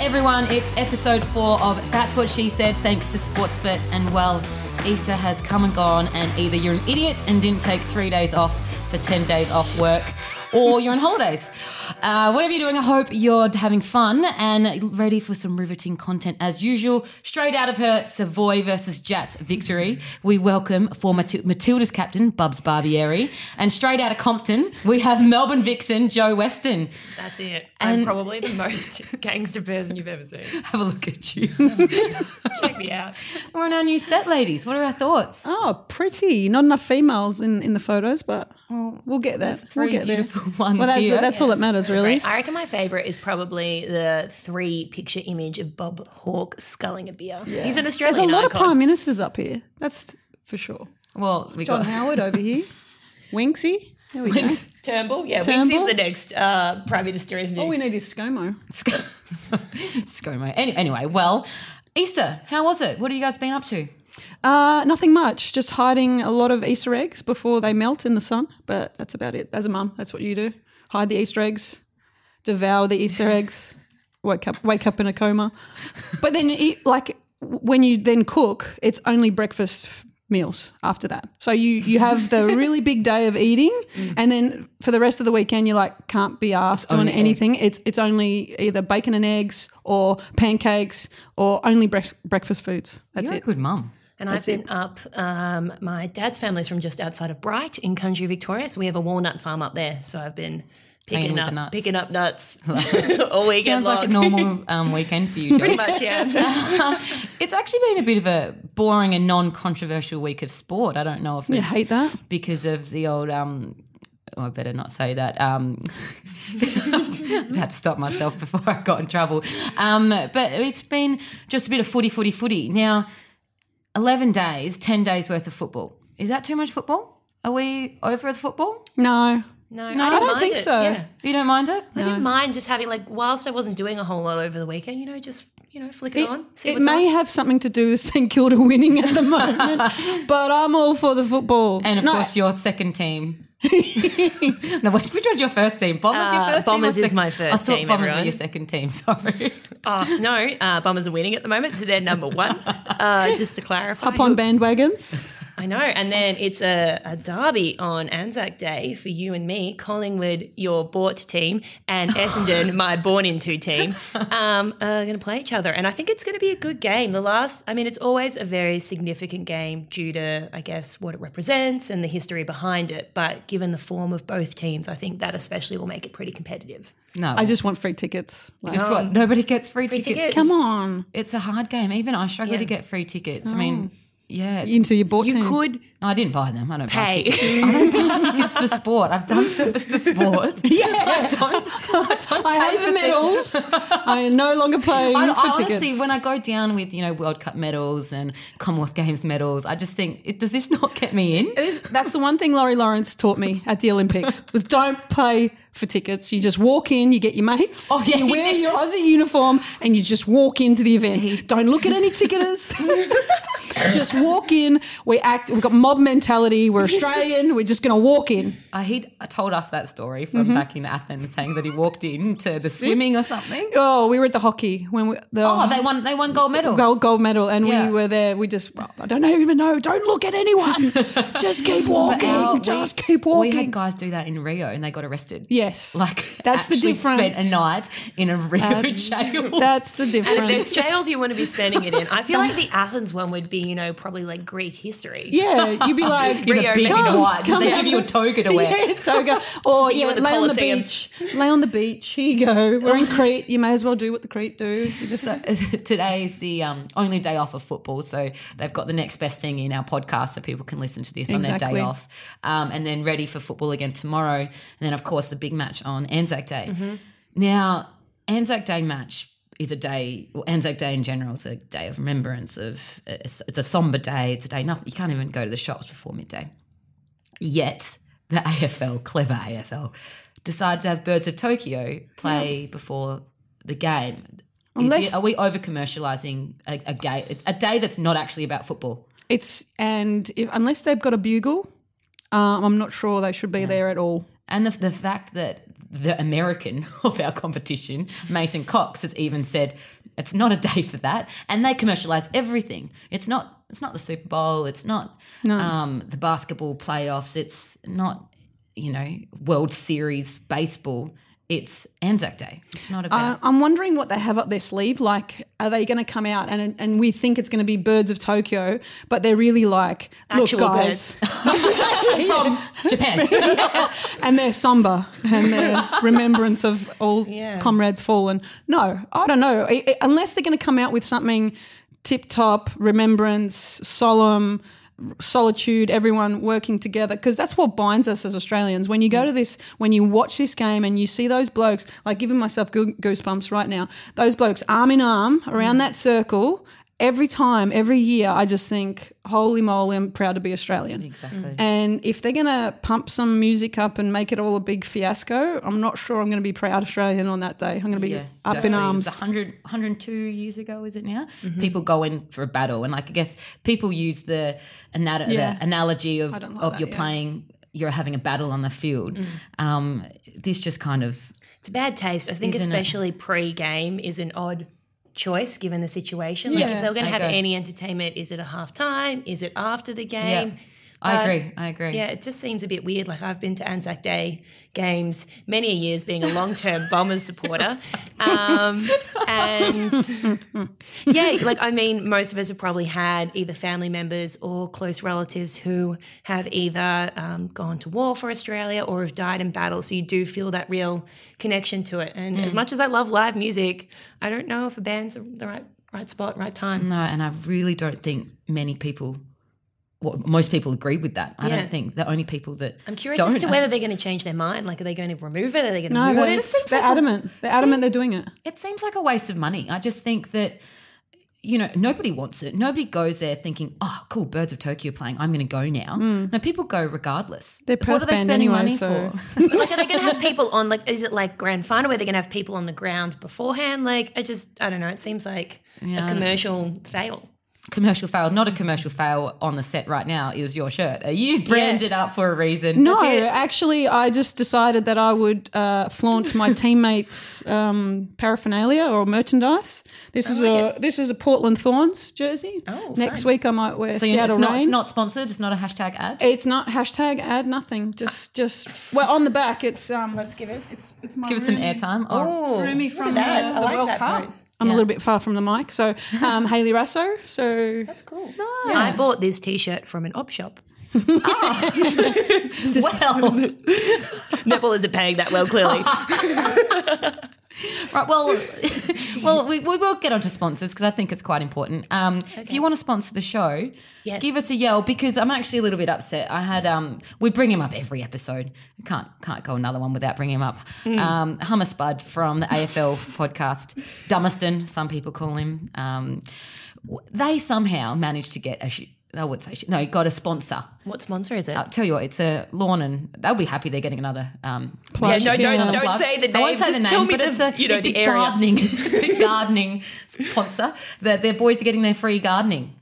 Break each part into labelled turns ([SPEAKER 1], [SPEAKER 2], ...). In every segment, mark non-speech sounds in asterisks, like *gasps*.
[SPEAKER 1] everyone. It's episode four of That's What She Said, thanks to Sportsbet. And well, Easter has come and gone, and either you're an idiot and didn't take three days off for 10 days off work, or you're on holidays. Uh, whatever you're doing, I hope you're having fun and ready for some riveting content as usual. Straight out of her Savoy versus Jats victory, we welcome former Mat- Matilda's captain, Bubs Barbieri. And straight out of Compton, we have Melbourne vixen, Joe Weston.
[SPEAKER 2] That's it.
[SPEAKER 1] And-
[SPEAKER 2] I'm probably the most *laughs* gangster person you've ever seen.
[SPEAKER 1] Have a look at you.
[SPEAKER 2] Check
[SPEAKER 1] *laughs*
[SPEAKER 2] me out.
[SPEAKER 1] We're on our new set, ladies. What are our thoughts?
[SPEAKER 3] Oh, pretty. Not enough females in, in the photos, but we'll get there.
[SPEAKER 1] three
[SPEAKER 3] we'll get there.
[SPEAKER 1] beautiful *laughs* ones
[SPEAKER 3] well, that's,
[SPEAKER 1] here.
[SPEAKER 3] that's all that matters, really.
[SPEAKER 2] I reckon my favourite is probably the three picture image of Bob Hawke sculling a beer. He's an
[SPEAKER 3] There's
[SPEAKER 2] Australian.
[SPEAKER 3] a lot of
[SPEAKER 2] icon.
[SPEAKER 3] prime ministers up here. That's for sure.
[SPEAKER 1] Well, we
[SPEAKER 3] John
[SPEAKER 1] got *laughs*
[SPEAKER 3] Howard over here. Winksy. There we go.
[SPEAKER 2] *laughs* Turnbull, yeah. Winks
[SPEAKER 3] Turnbull?
[SPEAKER 2] is the next uh, prime minister, isn't
[SPEAKER 1] Oh,
[SPEAKER 2] he?
[SPEAKER 3] All we need is ScoMo.
[SPEAKER 1] ScoMo. Any- anyway, well, Easter, how was it? What have you guys been up to?
[SPEAKER 3] Uh, nothing much. Just hiding a lot of Easter eggs before they melt in the sun. But that's about it. As a mum, that's what you do. Hide the Easter eggs, devour the
[SPEAKER 1] *laughs*
[SPEAKER 3] Easter eggs, wake up, wake up in a coma. But then, you eat, like when you then cook, it's only breakfast meals after that. So you you
[SPEAKER 1] *laughs*
[SPEAKER 3] have the really big day of eating,
[SPEAKER 1] Mm.
[SPEAKER 3] and then for the rest of the weekend, you like can't be asked on anything. It's it's only either bacon and eggs or pancakes or only breakfast breakfast foods. That's
[SPEAKER 1] You're
[SPEAKER 3] it.
[SPEAKER 1] a good mum.
[SPEAKER 2] And I've been up. Um, my dad's family's from just outside of Bright in country Victoria, so we have a walnut farm up there. So I've been
[SPEAKER 1] Playing
[SPEAKER 2] picking
[SPEAKER 1] with the
[SPEAKER 2] up
[SPEAKER 1] nuts.
[SPEAKER 2] picking
[SPEAKER 1] *laughs*
[SPEAKER 2] up nuts *laughs* all
[SPEAKER 1] Sounds
[SPEAKER 2] weekend long.
[SPEAKER 1] like a
[SPEAKER 3] *laughs*
[SPEAKER 1] normal um, weekend for you,
[SPEAKER 2] Pretty
[SPEAKER 1] Joe. *laughs*
[SPEAKER 2] much, yeah.
[SPEAKER 1] it's actually been a bit of a boring and non-controversial week of sport. I don't know if
[SPEAKER 3] I
[SPEAKER 1] it's
[SPEAKER 3] hate that.
[SPEAKER 1] because of the old. Um, oh, I better not say that. Um, *laughs* I'd have to stop myself before I got in trouble. Um, but it's been just a bit of footy, footy, footy. Now, eleven days, ten days worth of football. Is that too much football? Are we over with football?
[SPEAKER 3] No.
[SPEAKER 2] No,
[SPEAKER 1] I
[SPEAKER 2] didn't
[SPEAKER 1] don't
[SPEAKER 2] mind
[SPEAKER 3] think
[SPEAKER 2] it.
[SPEAKER 3] so.
[SPEAKER 2] Yeah.
[SPEAKER 1] You don't mind it?
[SPEAKER 2] I
[SPEAKER 3] Um,
[SPEAKER 2] didn't mind just having like whilst I wasn't doing a whole lot over the weekend, you know, just you know, flick it,
[SPEAKER 3] It,
[SPEAKER 2] on. See
[SPEAKER 3] it
[SPEAKER 2] what's
[SPEAKER 3] may
[SPEAKER 2] on.
[SPEAKER 3] have something to do with *laughs* St Kilda winning
[SPEAKER 1] *laughs*
[SPEAKER 3] at the moment, but I'm all for the football.
[SPEAKER 1] And of
[SPEAKER 3] No,
[SPEAKER 1] course, your second team. *laughs* no, which which one's your first team? Bombers, your
[SPEAKER 2] Uh,
[SPEAKER 1] first team. or
[SPEAKER 2] Bombers is
[SPEAKER 1] second-
[SPEAKER 2] my
[SPEAKER 1] I
[SPEAKER 2] first
[SPEAKER 1] thought
[SPEAKER 2] team,
[SPEAKER 1] Bombers were
[SPEAKER 2] everyone.
[SPEAKER 1] your second team. *laughs* Sorry.
[SPEAKER 2] Oh, no, uh, Bombers are winning at the moment, so they're number
[SPEAKER 3] *laughs*
[SPEAKER 2] one. uh, just to clarify,
[SPEAKER 3] up on bandwagons.
[SPEAKER 2] I know. And then it's a, a derby on Anzac Day for you and me, Collingwood, your bought team, and Essendon, my born into team, um, are going to play each other. And I think it's going to be a good game. The last, I mean, it's always a very significant game due to, I guess, what it represents and the history behind it. But given the form of both teams, I think that especially will make it pretty competitive.
[SPEAKER 1] No,
[SPEAKER 3] I just want free tickets. Like,
[SPEAKER 1] Guess what? Nobody gets free, tickets.
[SPEAKER 2] tickets.
[SPEAKER 3] come on,
[SPEAKER 1] It's a hard game. Even I struggle
[SPEAKER 2] Yeah. Oh.
[SPEAKER 1] to get free tickets. I mean, yeah, it's,
[SPEAKER 3] into your bought
[SPEAKER 2] You
[SPEAKER 3] team.
[SPEAKER 2] could
[SPEAKER 1] I didn't buy them. I don't buy
[SPEAKER 2] pay.
[SPEAKER 1] tickets. I don't buy tickets for sport. I've
[SPEAKER 2] *laughs*
[SPEAKER 1] done service to sport.
[SPEAKER 3] *laughs* Yeah.
[SPEAKER 1] *laughs* I don't. I don't pay
[SPEAKER 3] I have
[SPEAKER 1] for
[SPEAKER 3] the
[SPEAKER 1] things.
[SPEAKER 3] medals. I am no longer
[SPEAKER 1] *laughs*
[SPEAKER 3] playing
[SPEAKER 1] I,
[SPEAKER 3] for
[SPEAKER 1] I honestly,
[SPEAKER 3] tickets.
[SPEAKER 1] when I go down with you know World Cup medals and Commonwealth Games medals, I just think, it, does this not get me in?
[SPEAKER 3] It is- that's the one thing Laurie Lawrence taught me at the Olympics was don't play for tickets. You just walk in, you get your mates,
[SPEAKER 1] Oh, yeah,
[SPEAKER 3] you
[SPEAKER 1] he
[SPEAKER 3] wear
[SPEAKER 1] did.
[SPEAKER 3] your Aussie uniform, and you just walk into the event. Don't look at any ticketers.
[SPEAKER 1] *laughs*
[SPEAKER 3] just walk in. We act. We've got mob mentality. We're Australian. We're just going to walk in.
[SPEAKER 1] Uh, he told us that story from
[SPEAKER 3] Mm-hmm.
[SPEAKER 1] back in Athens, saying that he walked in to the swimming or something.
[SPEAKER 3] Oh, we were at the hockey when we, the
[SPEAKER 1] Oh, they won! They won gold medal.
[SPEAKER 3] gold gold medal, and
[SPEAKER 1] Yeah.
[SPEAKER 3] we were there. We just well, I don't even know. Don't look
[SPEAKER 1] *laughs*
[SPEAKER 3] at anyone. just keep
[SPEAKER 1] But
[SPEAKER 3] walking.
[SPEAKER 1] our- we-
[SPEAKER 3] just keep walking.
[SPEAKER 1] We had guys do that in Rio, and they got arrested.
[SPEAKER 3] yes,
[SPEAKER 1] Like
[SPEAKER 3] that's the
[SPEAKER 1] actually
[SPEAKER 3] difference.
[SPEAKER 1] Spent a night in a Rio
[SPEAKER 3] That's,
[SPEAKER 1] jail.
[SPEAKER 3] *laughs* that's the
[SPEAKER 2] If *laughs* there's
[SPEAKER 3] difference.
[SPEAKER 2] jails you want to be spending it in. I feel like the Athens one would be, you know, probably like Greek history. *laughs*
[SPEAKER 3] Yeah, you'd be like,
[SPEAKER 1] *laughs* in a
[SPEAKER 2] Rio
[SPEAKER 1] big
[SPEAKER 2] Come,
[SPEAKER 1] and white. Did
[SPEAKER 3] come
[SPEAKER 1] they
[SPEAKER 3] have
[SPEAKER 1] give you a
[SPEAKER 3] a-
[SPEAKER 1] toga to wear?
[SPEAKER 3] *laughs*
[SPEAKER 2] *laughs*
[SPEAKER 3] yeah, toga. Or
[SPEAKER 2] you
[SPEAKER 3] yeah,
[SPEAKER 2] at the
[SPEAKER 3] lay on the
[SPEAKER 2] Colosseum.
[SPEAKER 3] beach. Lay on the beach. Here you go.
[SPEAKER 2] *laughs*
[SPEAKER 3] We're in Crete. You may as well do what the Crete do. You just
[SPEAKER 1] *laughs*
[SPEAKER 3] like,
[SPEAKER 1] Today's the um, only day off of football, so they've got the next best thing in our podcast, so people can listen to this on their
[SPEAKER 3] Exactly.
[SPEAKER 1] day off, um, and then ready for football again tomorrow, and then of course the big match on Anzac Day. Now, Anzac Day match is a day. Well, Anzac Day in general is a day of remembrance. Of it's, it's a somber day. It's a day nothing. You can't even go to the shops before midday. Yet the *laughs* AFL, clever AFL, decided to have Birds of Tokyo play before the game. Is
[SPEAKER 3] Unless-
[SPEAKER 1] it- are we over commercializing a, a, ga- a day that's not actually about football?
[SPEAKER 3] it's and if, unless they've got a bugle, um, I'm not sure they should be there at all.
[SPEAKER 1] And the, the fact that the American *laughs* of our competition, Mason Cox, has even said it's not a day for that. And they commercialize everything. It's not it's not the Super Bowl, it's not um, the basketball playoffs, it's not, you know, World Series baseball. It's Anzac Day. It's not about
[SPEAKER 3] Uh, I'm wondering what they have up their sleeve. Like, are they going to come out and and we think it's going to be Birds of Tokyo, but they're really like, look,
[SPEAKER 2] Actual
[SPEAKER 3] guys,
[SPEAKER 1] from *laughs* Japan. *laughs*
[SPEAKER 3] and they're somber and they're remembrance of all
[SPEAKER 2] Yeah.
[SPEAKER 3] comrades fallen. No, I don't know. I- I- unless they're going to come out with something tip top, remembrance, solemn, solitude, everyone working together, because that's what binds us as Australians. When you go to this, when you watch this game and you see those blokes, like giving myself goo- goosebumps right now, those blokes arm in arm around that circle. Every time, every year, I just think, holy moly, I'm proud to be Australian.
[SPEAKER 1] Exactly.
[SPEAKER 3] And if they're going to pump some music up and make it all a big fiasco, I'm not sure I'm going to be proud Australian on that day. I'm going to be up in
[SPEAKER 1] exactly. It was
[SPEAKER 3] arms. Mm-hmm.
[SPEAKER 1] 100, 102 years ago, is it now? People go in for a battle, and like I guess people use the, ana-
[SPEAKER 3] Yeah.
[SPEAKER 1] the analogy of
[SPEAKER 3] don't like
[SPEAKER 1] of
[SPEAKER 3] that,
[SPEAKER 1] you're
[SPEAKER 3] yeah. Mm.
[SPEAKER 1] playing, you're having a battle on the field. Um, this just kind of
[SPEAKER 2] It's bad taste. I think
[SPEAKER 1] Isn't it?
[SPEAKER 2] especially pre-game is an odd choice given the situation. Like
[SPEAKER 3] Yeah,
[SPEAKER 2] if they were going
[SPEAKER 1] I
[SPEAKER 2] to have
[SPEAKER 1] agree.
[SPEAKER 2] any entertainment, is it a half time? Is it after the
[SPEAKER 1] yeah.
[SPEAKER 2] game?
[SPEAKER 3] Uh,
[SPEAKER 1] I
[SPEAKER 2] But-
[SPEAKER 1] agree. I agree.
[SPEAKER 2] Yeah, it just seems a bit weird. Like I've been to Anzac Day games many a years, being a
[SPEAKER 1] *laughs*
[SPEAKER 2] long-term Bombers supporter, um, and yeah, like I mean, most of us have probably had either family members or close relatives who have either um, gone to war for Australia or have died in battle. So you do feel that real connection to it. And
[SPEAKER 1] Mm.
[SPEAKER 2] as much as I love live music, I don't know if a band's the right right spot, right time.
[SPEAKER 1] No, and I really don't think many people. Well, most people agree with that. I
[SPEAKER 2] Yeah.
[SPEAKER 1] don't think the only people that
[SPEAKER 2] I'm curious
[SPEAKER 1] don't
[SPEAKER 2] as to whether they're going to change their mind. Like, are they going to remove it? Are they going to
[SPEAKER 3] No,
[SPEAKER 2] move
[SPEAKER 3] they're,
[SPEAKER 2] it?
[SPEAKER 1] just seems
[SPEAKER 3] they're
[SPEAKER 1] like a-
[SPEAKER 3] adamant. They're adamant they're doing it.
[SPEAKER 1] it seems like a waste of money. I just think that you know nobody wants it. Nobody goes there thinking, "Oh, cool, Birds of Tokyo playing. I'm going to go now." No, people go regardless.
[SPEAKER 3] Hmm. They're
[SPEAKER 1] what are
[SPEAKER 3] Perth
[SPEAKER 1] they
[SPEAKER 3] band
[SPEAKER 1] spending
[SPEAKER 3] anyway,
[SPEAKER 1] money
[SPEAKER 3] so- *laughs*
[SPEAKER 1] for? *laughs*
[SPEAKER 2] like are they going to have people on like is it like grand final where they're going to have people on the ground beforehand like i just i don't know it seems like a commercial fail
[SPEAKER 1] commercial fail, not a commercial fail on the set right now. Is your shirt? Are you branded up for a reason?
[SPEAKER 3] No, actually, I just decided that I would uh,
[SPEAKER 1] *laughs*
[SPEAKER 3] flaunt my teammates' um, paraphernalia or merchandise. This is a this is a Portland Thorns jersey.
[SPEAKER 2] Oh,
[SPEAKER 3] next
[SPEAKER 2] fun.
[SPEAKER 3] week I might wear
[SPEAKER 1] So you know,
[SPEAKER 3] Seattle
[SPEAKER 1] it's, not,
[SPEAKER 3] Rain.
[SPEAKER 1] it's not sponsored. It's not a hashtag ad.
[SPEAKER 3] It's not hashtag add nothing. Just just well on the back. It's um. Let's
[SPEAKER 2] give us
[SPEAKER 3] it's, it's my
[SPEAKER 1] Give us some
[SPEAKER 3] roomie-
[SPEAKER 1] airtime. Oh,
[SPEAKER 3] roomie from
[SPEAKER 2] that.
[SPEAKER 3] uh,
[SPEAKER 2] I
[SPEAKER 3] the
[SPEAKER 2] like
[SPEAKER 3] World
[SPEAKER 2] that
[SPEAKER 3] Cup.
[SPEAKER 2] pose.
[SPEAKER 3] I'm a little bit far from the mic, so
[SPEAKER 2] *laughs*
[SPEAKER 3] um, Haley Russo. So
[SPEAKER 2] that's cool
[SPEAKER 1] Nice.
[SPEAKER 2] i bought this t-shirt from an op shop *laughs*
[SPEAKER 1] well,
[SPEAKER 2] netball isn't paying that well clearly
[SPEAKER 1] Right. Well, *laughs* well, we, we will get onto sponsors because I think it's quite important. Um, If you want to sponsor the show,
[SPEAKER 2] Yes.
[SPEAKER 1] give us a yell because I'm actually a little bit upset. I had um, we bring him up every episode. Can't can't go another one without bringing him up. Um, Hummus Bud from the AFL *laughs* podcast, Dummerston, some people call him. Um, w- they somehow managed to get a. sh- I would say sh- no, got a sponsor.
[SPEAKER 2] what sponsor is it
[SPEAKER 3] Uh,
[SPEAKER 1] I'll tell you what, it's a lawn, and they'll be happy they're getting another um,
[SPEAKER 3] Plug. Yeah, no, don't-
[SPEAKER 1] another
[SPEAKER 3] don't
[SPEAKER 1] plug.
[SPEAKER 2] say the
[SPEAKER 1] I won't
[SPEAKER 2] name,
[SPEAKER 1] say
[SPEAKER 2] just
[SPEAKER 1] the name,
[SPEAKER 2] tell me
[SPEAKER 1] but
[SPEAKER 2] the-
[SPEAKER 1] it's a,
[SPEAKER 2] you know,
[SPEAKER 1] it's a
[SPEAKER 2] the area.
[SPEAKER 1] *laughs* gardening, it's a gardening sponsor. That their boys are getting their free gardening.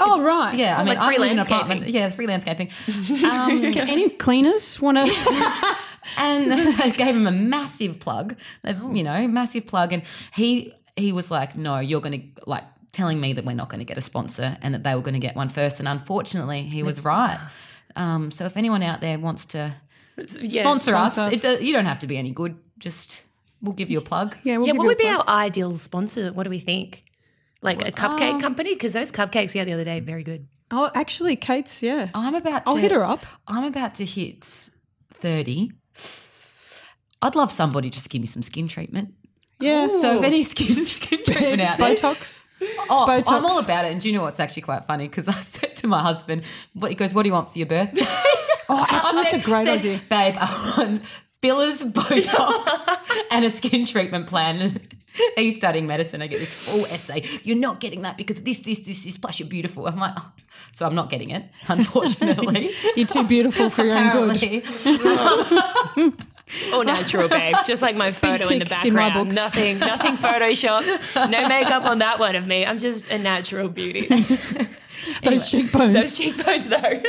[SPEAKER 3] oh right,
[SPEAKER 1] Yeah, I mean,
[SPEAKER 2] like
[SPEAKER 1] I
[SPEAKER 2] free
[SPEAKER 1] live in an
[SPEAKER 2] landscaping.
[SPEAKER 1] apartment. Yeah, free landscaping. *laughs* Um,
[SPEAKER 3] Can any cleaners want *laughs* to?
[SPEAKER 1] and *laughs* they gave him a massive plug, a, you know, massive plug, and he he was like, "No, you're going to like." Telling me that we're not going to get a sponsor and that they were going to get one first, and unfortunately, he was right. Um, so, if anyone out there wants to
[SPEAKER 2] yeah.
[SPEAKER 1] sponsor, us.
[SPEAKER 3] Sponsor
[SPEAKER 1] It do, you don't have to be any good. Just we'll give you a plug.
[SPEAKER 3] yeah, we'll
[SPEAKER 2] yeah
[SPEAKER 3] give
[SPEAKER 2] what
[SPEAKER 3] you a
[SPEAKER 2] would be
[SPEAKER 3] plug.
[SPEAKER 2] our ideal sponsor what do we think like a cupcake
[SPEAKER 3] um,
[SPEAKER 2] company because those cupcakes we had the other day very good
[SPEAKER 3] Oh, actually, Kate's. Yeah,
[SPEAKER 2] Oh,
[SPEAKER 1] I'm about. To,
[SPEAKER 3] I'll hit her up.
[SPEAKER 1] I'm about to hit thirty. I'd love somebody just to give me some skin treatment.
[SPEAKER 3] Yeah,
[SPEAKER 1] So if any skin *laughs* skin treatment out there,
[SPEAKER 3] *laughs* Botox.
[SPEAKER 1] oh,
[SPEAKER 3] Botox.
[SPEAKER 1] I'm all about it. And do you know what's actually quite funny? Because I said to my husband, "What he goes, what do you want for your birthday?" *laughs*
[SPEAKER 3] Oh, actually, that's a
[SPEAKER 1] Said-
[SPEAKER 3] great
[SPEAKER 1] said,
[SPEAKER 3] idea.
[SPEAKER 1] babe. I want fillers, Botox, and a skin treatment plan. *laughs* He's studying medicine. I get this full essay. You're not getting that because this, this, this, this. Plus, you're beautiful. I'm like, oh. so I'm not getting it, *laughs* unfortunately.
[SPEAKER 3] *laughs* You're too beautiful for your own good.
[SPEAKER 1] Apparently. *laughs*
[SPEAKER 2] all natural Oh, babe just like my photo in the
[SPEAKER 3] tick in my
[SPEAKER 2] background
[SPEAKER 3] books.
[SPEAKER 2] nothing nothing photoshopped no makeup on that one of me i'm just a natural
[SPEAKER 3] *laughs*
[SPEAKER 2] beauty
[SPEAKER 3] Those cheekbones.
[SPEAKER 2] those cheekbones though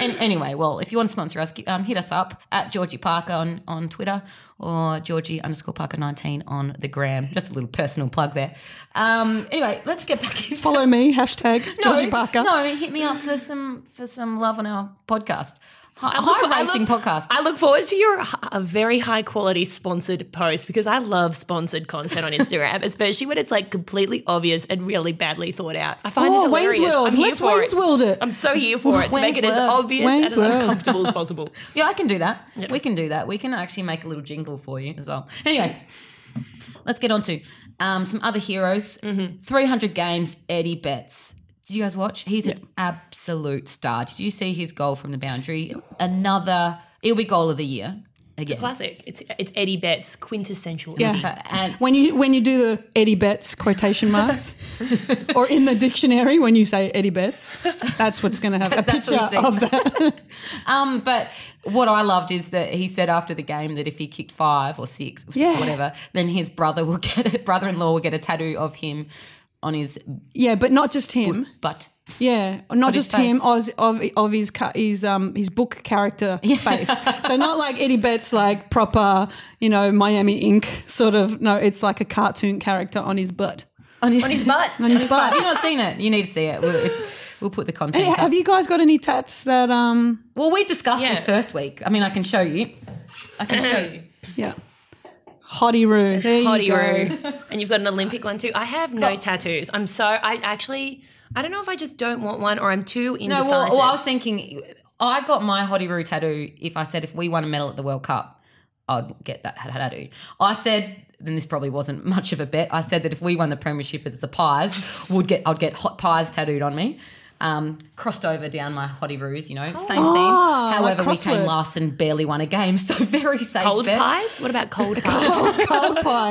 [SPEAKER 1] an- anyway, well, if you want to sponsor us, um, hit us up at Georgie Parker on, on Twitter or Georgie underscore Parker 19 on the gram. Just a little personal plug there. Um, anyway, let's get back into
[SPEAKER 3] Follow me, hashtag Georgie Parker.
[SPEAKER 1] No, hit me up for some for some love on our podcast. Hi,
[SPEAKER 2] Uh, look-
[SPEAKER 1] high
[SPEAKER 2] look-
[SPEAKER 1] rating podcast.
[SPEAKER 2] I look forward to your h- a very high quality sponsored post because I love sponsored content on Instagram, *laughs* especially when it's like completely obvious and really badly thought out. I find
[SPEAKER 3] Oh,
[SPEAKER 2] it hilarious.
[SPEAKER 3] Wayne's World.
[SPEAKER 2] I'm here
[SPEAKER 3] Let's
[SPEAKER 2] for
[SPEAKER 3] Wayne's
[SPEAKER 2] it.
[SPEAKER 3] World it.
[SPEAKER 2] I'm so here for it to make it
[SPEAKER 1] Wayne's
[SPEAKER 2] as
[SPEAKER 1] World.
[SPEAKER 2] obvious
[SPEAKER 3] Wayne's
[SPEAKER 2] and as
[SPEAKER 3] World. *laughs*
[SPEAKER 2] uncomfortable as possible.
[SPEAKER 1] yeah, I can do that. We can do that. We can actually make a little jingle for you as well. Anyway, let's get on to um, some other heroes. 300 games, Eddie Betts. Did you guys watch? He's an absolute star. Did you see his goal from the boundary? Another, it'll be goal of the year again.
[SPEAKER 2] Classic. It's it's Eddie Betts quintessential. Eddie.
[SPEAKER 3] Yeah.
[SPEAKER 1] Uh, and
[SPEAKER 3] When you when you do the Eddie Betts quotation marks, or in the dictionary when you say Eddie Betts, that's what's going to have a
[SPEAKER 1] *laughs* That's
[SPEAKER 3] picture
[SPEAKER 1] what you see.
[SPEAKER 3] of that.
[SPEAKER 1] Um, but what I loved is that he said after the game that if he kicked five or six,
[SPEAKER 3] Yeah.
[SPEAKER 1] whatever, then his brother will get a brother-in-law will get a tattoo of him on his
[SPEAKER 3] Yeah, but not just him.
[SPEAKER 1] butt.
[SPEAKER 3] Yeah, not
[SPEAKER 1] his
[SPEAKER 3] just him.
[SPEAKER 1] face.
[SPEAKER 3] Oz, of of his ca- his um his book
[SPEAKER 1] *laughs*
[SPEAKER 3] character face. So not like Eddie Betts, like proper you know Miami Inc. sort of. No, it's like a cartoon character on his butt.
[SPEAKER 1] On his, on his
[SPEAKER 3] *laughs*
[SPEAKER 2] butt.
[SPEAKER 1] on his butt. If you've not seen it, you need to see it. We'll, it's- we'll put the content.
[SPEAKER 3] Hey,
[SPEAKER 1] up.
[SPEAKER 3] have you guys got any tats that um
[SPEAKER 1] well, we discussed
[SPEAKER 2] Yeah.
[SPEAKER 1] this first week. I mean, I can show you. I can show you.
[SPEAKER 3] yeah. Hottie Roo. There you
[SPEAKER 2] Hottie
[SPEAKER 3] go.
[SPEAKER 2] Roo. *laughs* and you've got an Olympic one too. I have no tattoos. I'm so I actually I don't know if I just don't want one or I'm too
[SPEAKER 1] No,
[SPEAKER 2] indecisive.
[SPEAKER 1] well, well, I was thinking, I got my Hottie Roo tattoo if I said if we won a medal at the World Cup, I'd get that tattoo. I said, and this probably wasn't *laughs* much of a bet, I said that if we won the premiership at the Pies, would get I'd get hot pies tattooed on me. Um, crossed over down my Hottie Roos, you know, same thing.
[SPEAKER 3] Oh, like
[SPEAKER 1] However, we came
[SPEAKER 3] crossword.
[SPEAKER 1] last and barely won a game, *laughs* so very safe
[SPEAKER 2] cold
[SPEAKER 1] bet.
[SPEAKER 2] pies? What about
[SPEAKER 3] *laughs*
[SPEAKER 2] cold pies?
[SPEAKER 3] Cold
[SPEAKER 1] *laughs*
[SPEAKER 3] pie.